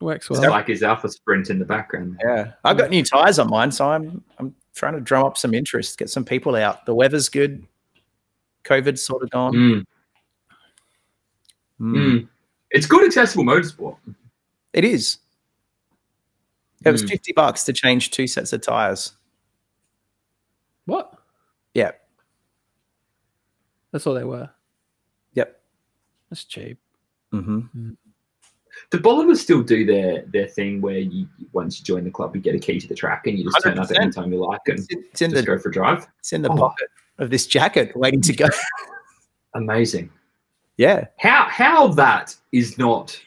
B: Works
A: it's
B: well.
A: like his alpha sprint in the background.
C: Yeah, I've got new tires on mine, so I'm I'm trying to drum up some interest, get some people out. The weather's good. COVID's sort of gone.
A: Mm,
C: Mm.
A: mm. It's good accessible motorsport.
C: It is. It was
A: Mm.
C: fifty bucks to change two sets of tires.
B: What?
C: Yeah.
B: That's all they were.
C: Yep.
B: That's cheap.
C: Mm-hmm.
A: Do Bolivers still do their their thing where you once you join the club, you get a key to the track and you just turn up
C: 100%.
A: any time you like and
C: It's, it's in
A: just
C: the
A: go for a drive?
C: it's in the
A: Oh.
C: pocket of this jacket, waiting to go.
A: Amazing.
C: yeah,
A: how how that is not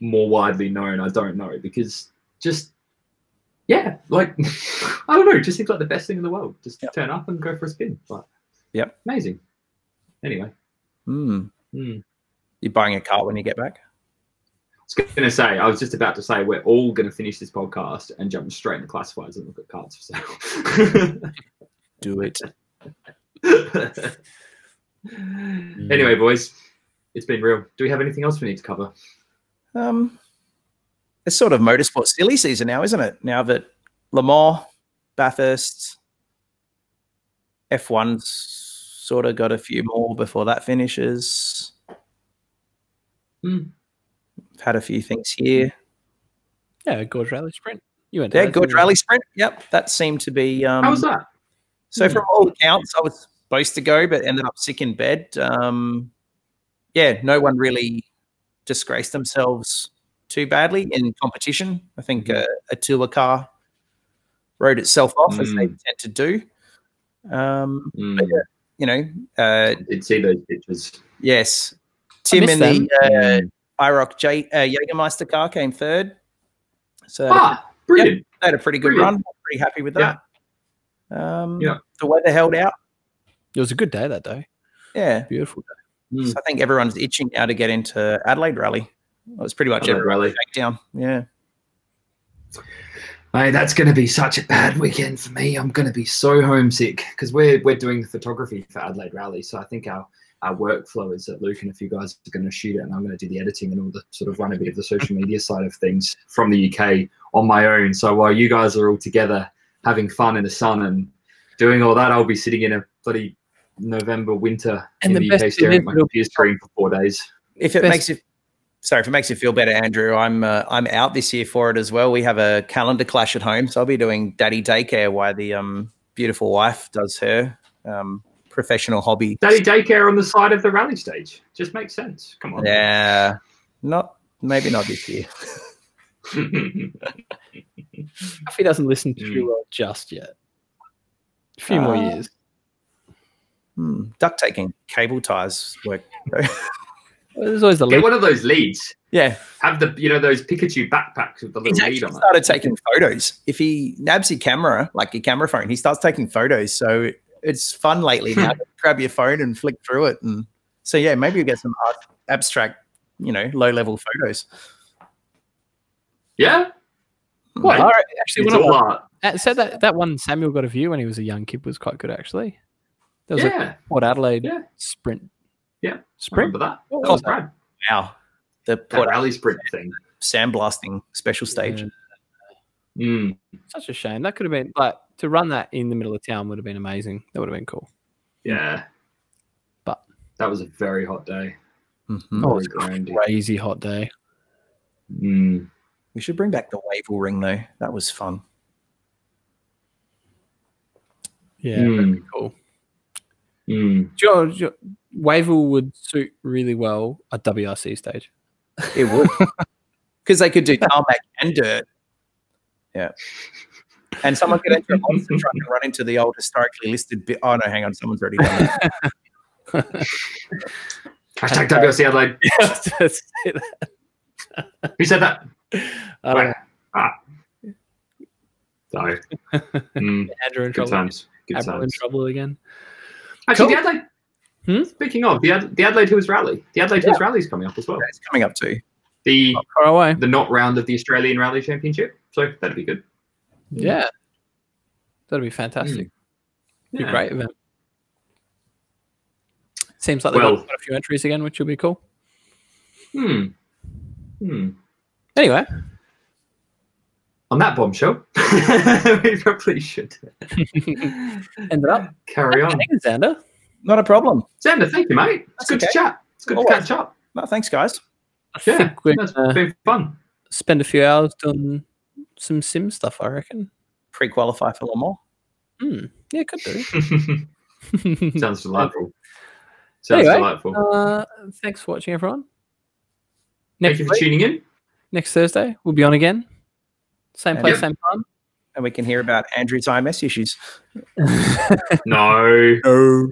A: more widely known i don't know because just yeah like i don't know it just seems like the best thing in the world just
C: Yep.
A: turn up and go for a spin like
C: Yep.
A: amazing anyway
C: mm.
A: hmm.
C: you're buying a cart when you get back.
A: i was going to say i was just about to say we're all going to finish this podcast and jump straight into classifieds and look at cards for sale
C: Do it.
A: anyway boys it's been real do we have anything else we need to cover
C: Um, it's sort of motorsport silly season now, isn't it? Now that Le Mans, Bathurst, F1's sort of got a few more before that finishes.
A: Hmm.
C: Had a few things here.
B: Yeah, Gorge Rally Sprint. You went to
C: Yeah,
B: that,
C: good
B: didn't you?
C: rally sprint. Yep, that seemed to be. Um,
A: how was that Hmm.
C: So from all accounts, I was supposed to go, but ended up sick in bed. Um, yeah, no one really disgraced themselves too badly in competition. I think
A: Hmm.
C: uh, a tour car rode itself off as they
A: Mm.
C: tend to do. Um,
A: Mm,
C: you know, uh,
A: did see those pictures
C: yes, Tim
B: miss
C: in
B: them.
C: the uh, IROC J- uh, Jägermeister car came third. So
A: ah brilliant
C: they had a pretty good
A: Brilliant.
C: run. I'm pretty happy with
A: Yeah.
C: that. Um,
A: Yeah.
C: The weather held out.
B: It was a good day that day.
C: Yeah.
B: Beautiful day.
A: Mm.
C: So I think everyone's itching now to get into Adelaide Rally. That was pretty much
A: Adelaide
C: every
A: Rally.
C: shakedown. Yeah.
A: Mate, that's going to be such a bad weekend for me. I'm going to be so homesick because we're we're doing the photography for Adelaide Rally. So I think our our workflow is that Luke and a few guys are going to shoot it, and I'm going to do the editing and all the sort of run a bit of the social media side of things from the UK on my own. So while you guys are all together having fun in the sun and doing all that, I'll be sitting in a bloody November winter
B: And
A: in
B: the
A: the UK
B: best
A: staring at
B: thing
A: my
B: is it'll-
A: computer screen for four days.
C: If it
B: Best-
C: makes you, sorry, if it makes you feel better, Andrew, I'm uh, I'm out this year for it as well. We have a calendar clash at home, so I'll be doing daddy daycare while the um beautiful wife does her um professional hobby.
A: Daddy daycare on the side of the rally stage just makes sense. Come on.
C: Yeah, not maybe not this year.
B: If he doesn't listen to
A: Mm.
B: you uh, just yet. A few more
C: Uh,
B: years.
C: Hmm. Duct taking cable ties work.
B: Well, there's always the
A: Get
B: leap.
A: one of those leads.
C: Yeah,
A: Have the you know those Pikachu backpacks with the little
C: he's
A: lead
C: actually
A: on it.
C: started taking photos. If he nabs your camera, like your camera phone, he starts taking photos. So it's fun lately
A: Hmm.
C: now. to grab your phone and flick through it, and so yeah, maybe you get some art, abstract, you know, low level photos.
A: Yeah. What?
B: Hmm. All right, actually,
A: it's
B: one of
A: all art.
B: Uh, said that that one Samuel got a view when he was a young kid was quite good actually. That was like
A: Yeah.
B: Port Adelaide
A: Yeah.
B: sprint.
A: Yeah,
B: sprint.
A: Remember that?
B: What
A: That was
B: was that?
A: Brad.
C: Wow, the
A: That
C: Port
A: rally sprint thing.
C: sandblasting special stage.
B: Yeah.
A: Mm.
B: Such a shame. That could have been like to run that in the middle of town would have been amazing. That would have been cool.
A: Yeah.
B: But-
A: that was a very hot day.
C: Mhm.
B: Oh, it's
A: Very grindy.
B: Crazy hot day.
A: Mm.
C: We should bring back the Wavell ring though. That was fun.
B: Yeah.
A: Mm.
B: cool.
A: Mm.
B: George Wavell would suit really well a WRC stage.
C: It would. Because they could do tarmac and dirt. Yeah. And someone could enter a monster truck and run into the old historically listed bit. Oh, no, hang on. Someone's already done that.
A: Hashtag WRC Adelaide.
B: That's it.
A: Who said that? Ah.
B: I don't know.
A: Sorry. Mm,
B: Andrew in
A: good
B: trouble.
A: times. Good
B: Admiral in
A: times.
B: trouble again.
A: Actually,
B: Cool.
A: the Adelaide.
B: Hmm?
A: Speaking of the, Ad- the Adelaide Hills Rally, the Adelaide Hills Rally is coming up as well.
C: It's coming up too.
A: The
B: Far away.
A: the not round of the Australian Rally Championship. So that'd be good.
B: Yeah. That'd be fantastic. Be
A: Yeah.
B: great event. Seems like they've
A: Well-
B: got quite a few entries again, which will be cool.
A: Hmm. Hmm.
B: Anyway,
A: On that bombshell, we probably should
B: ended up.
A: carry on.
B: Thank you, Xander.
C: Not a problem.
A: Xander, thank you, mate. It's
C: That's
A: good
C: okay.
A: to chat. It's good
C: Always.
A: to catch up.
C: No, thanks, guys.
B: I
A: Yeah,
B: think we're
A: That's
B: gonna
A: been fun.
B: spend a few hours doing some sim stuff, I reckon.
C: Pre qualify for Le Mans.
B: Hmm. Yeah, could do.
A: Sounds delightful. Sounds
B: Anyway,
A: delightful.
B: uh, thanks for watching, everyone.
A: Thank
B: Next
A: you for
B: week,
A: tuning in.
B: next Thursday, we'll be on again. Same
C: Yeah.
B: place, same time.
C: And we can hear about Andrew's IMS issues.
A: No,
C: Oh,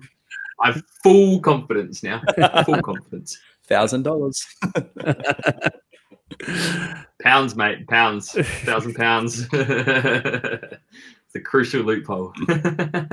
A: I have full confidence now. full confidence.
C: $1,000.
A: Pounds, mate. Pounds. Thousand pounds. it's a crucial loophole.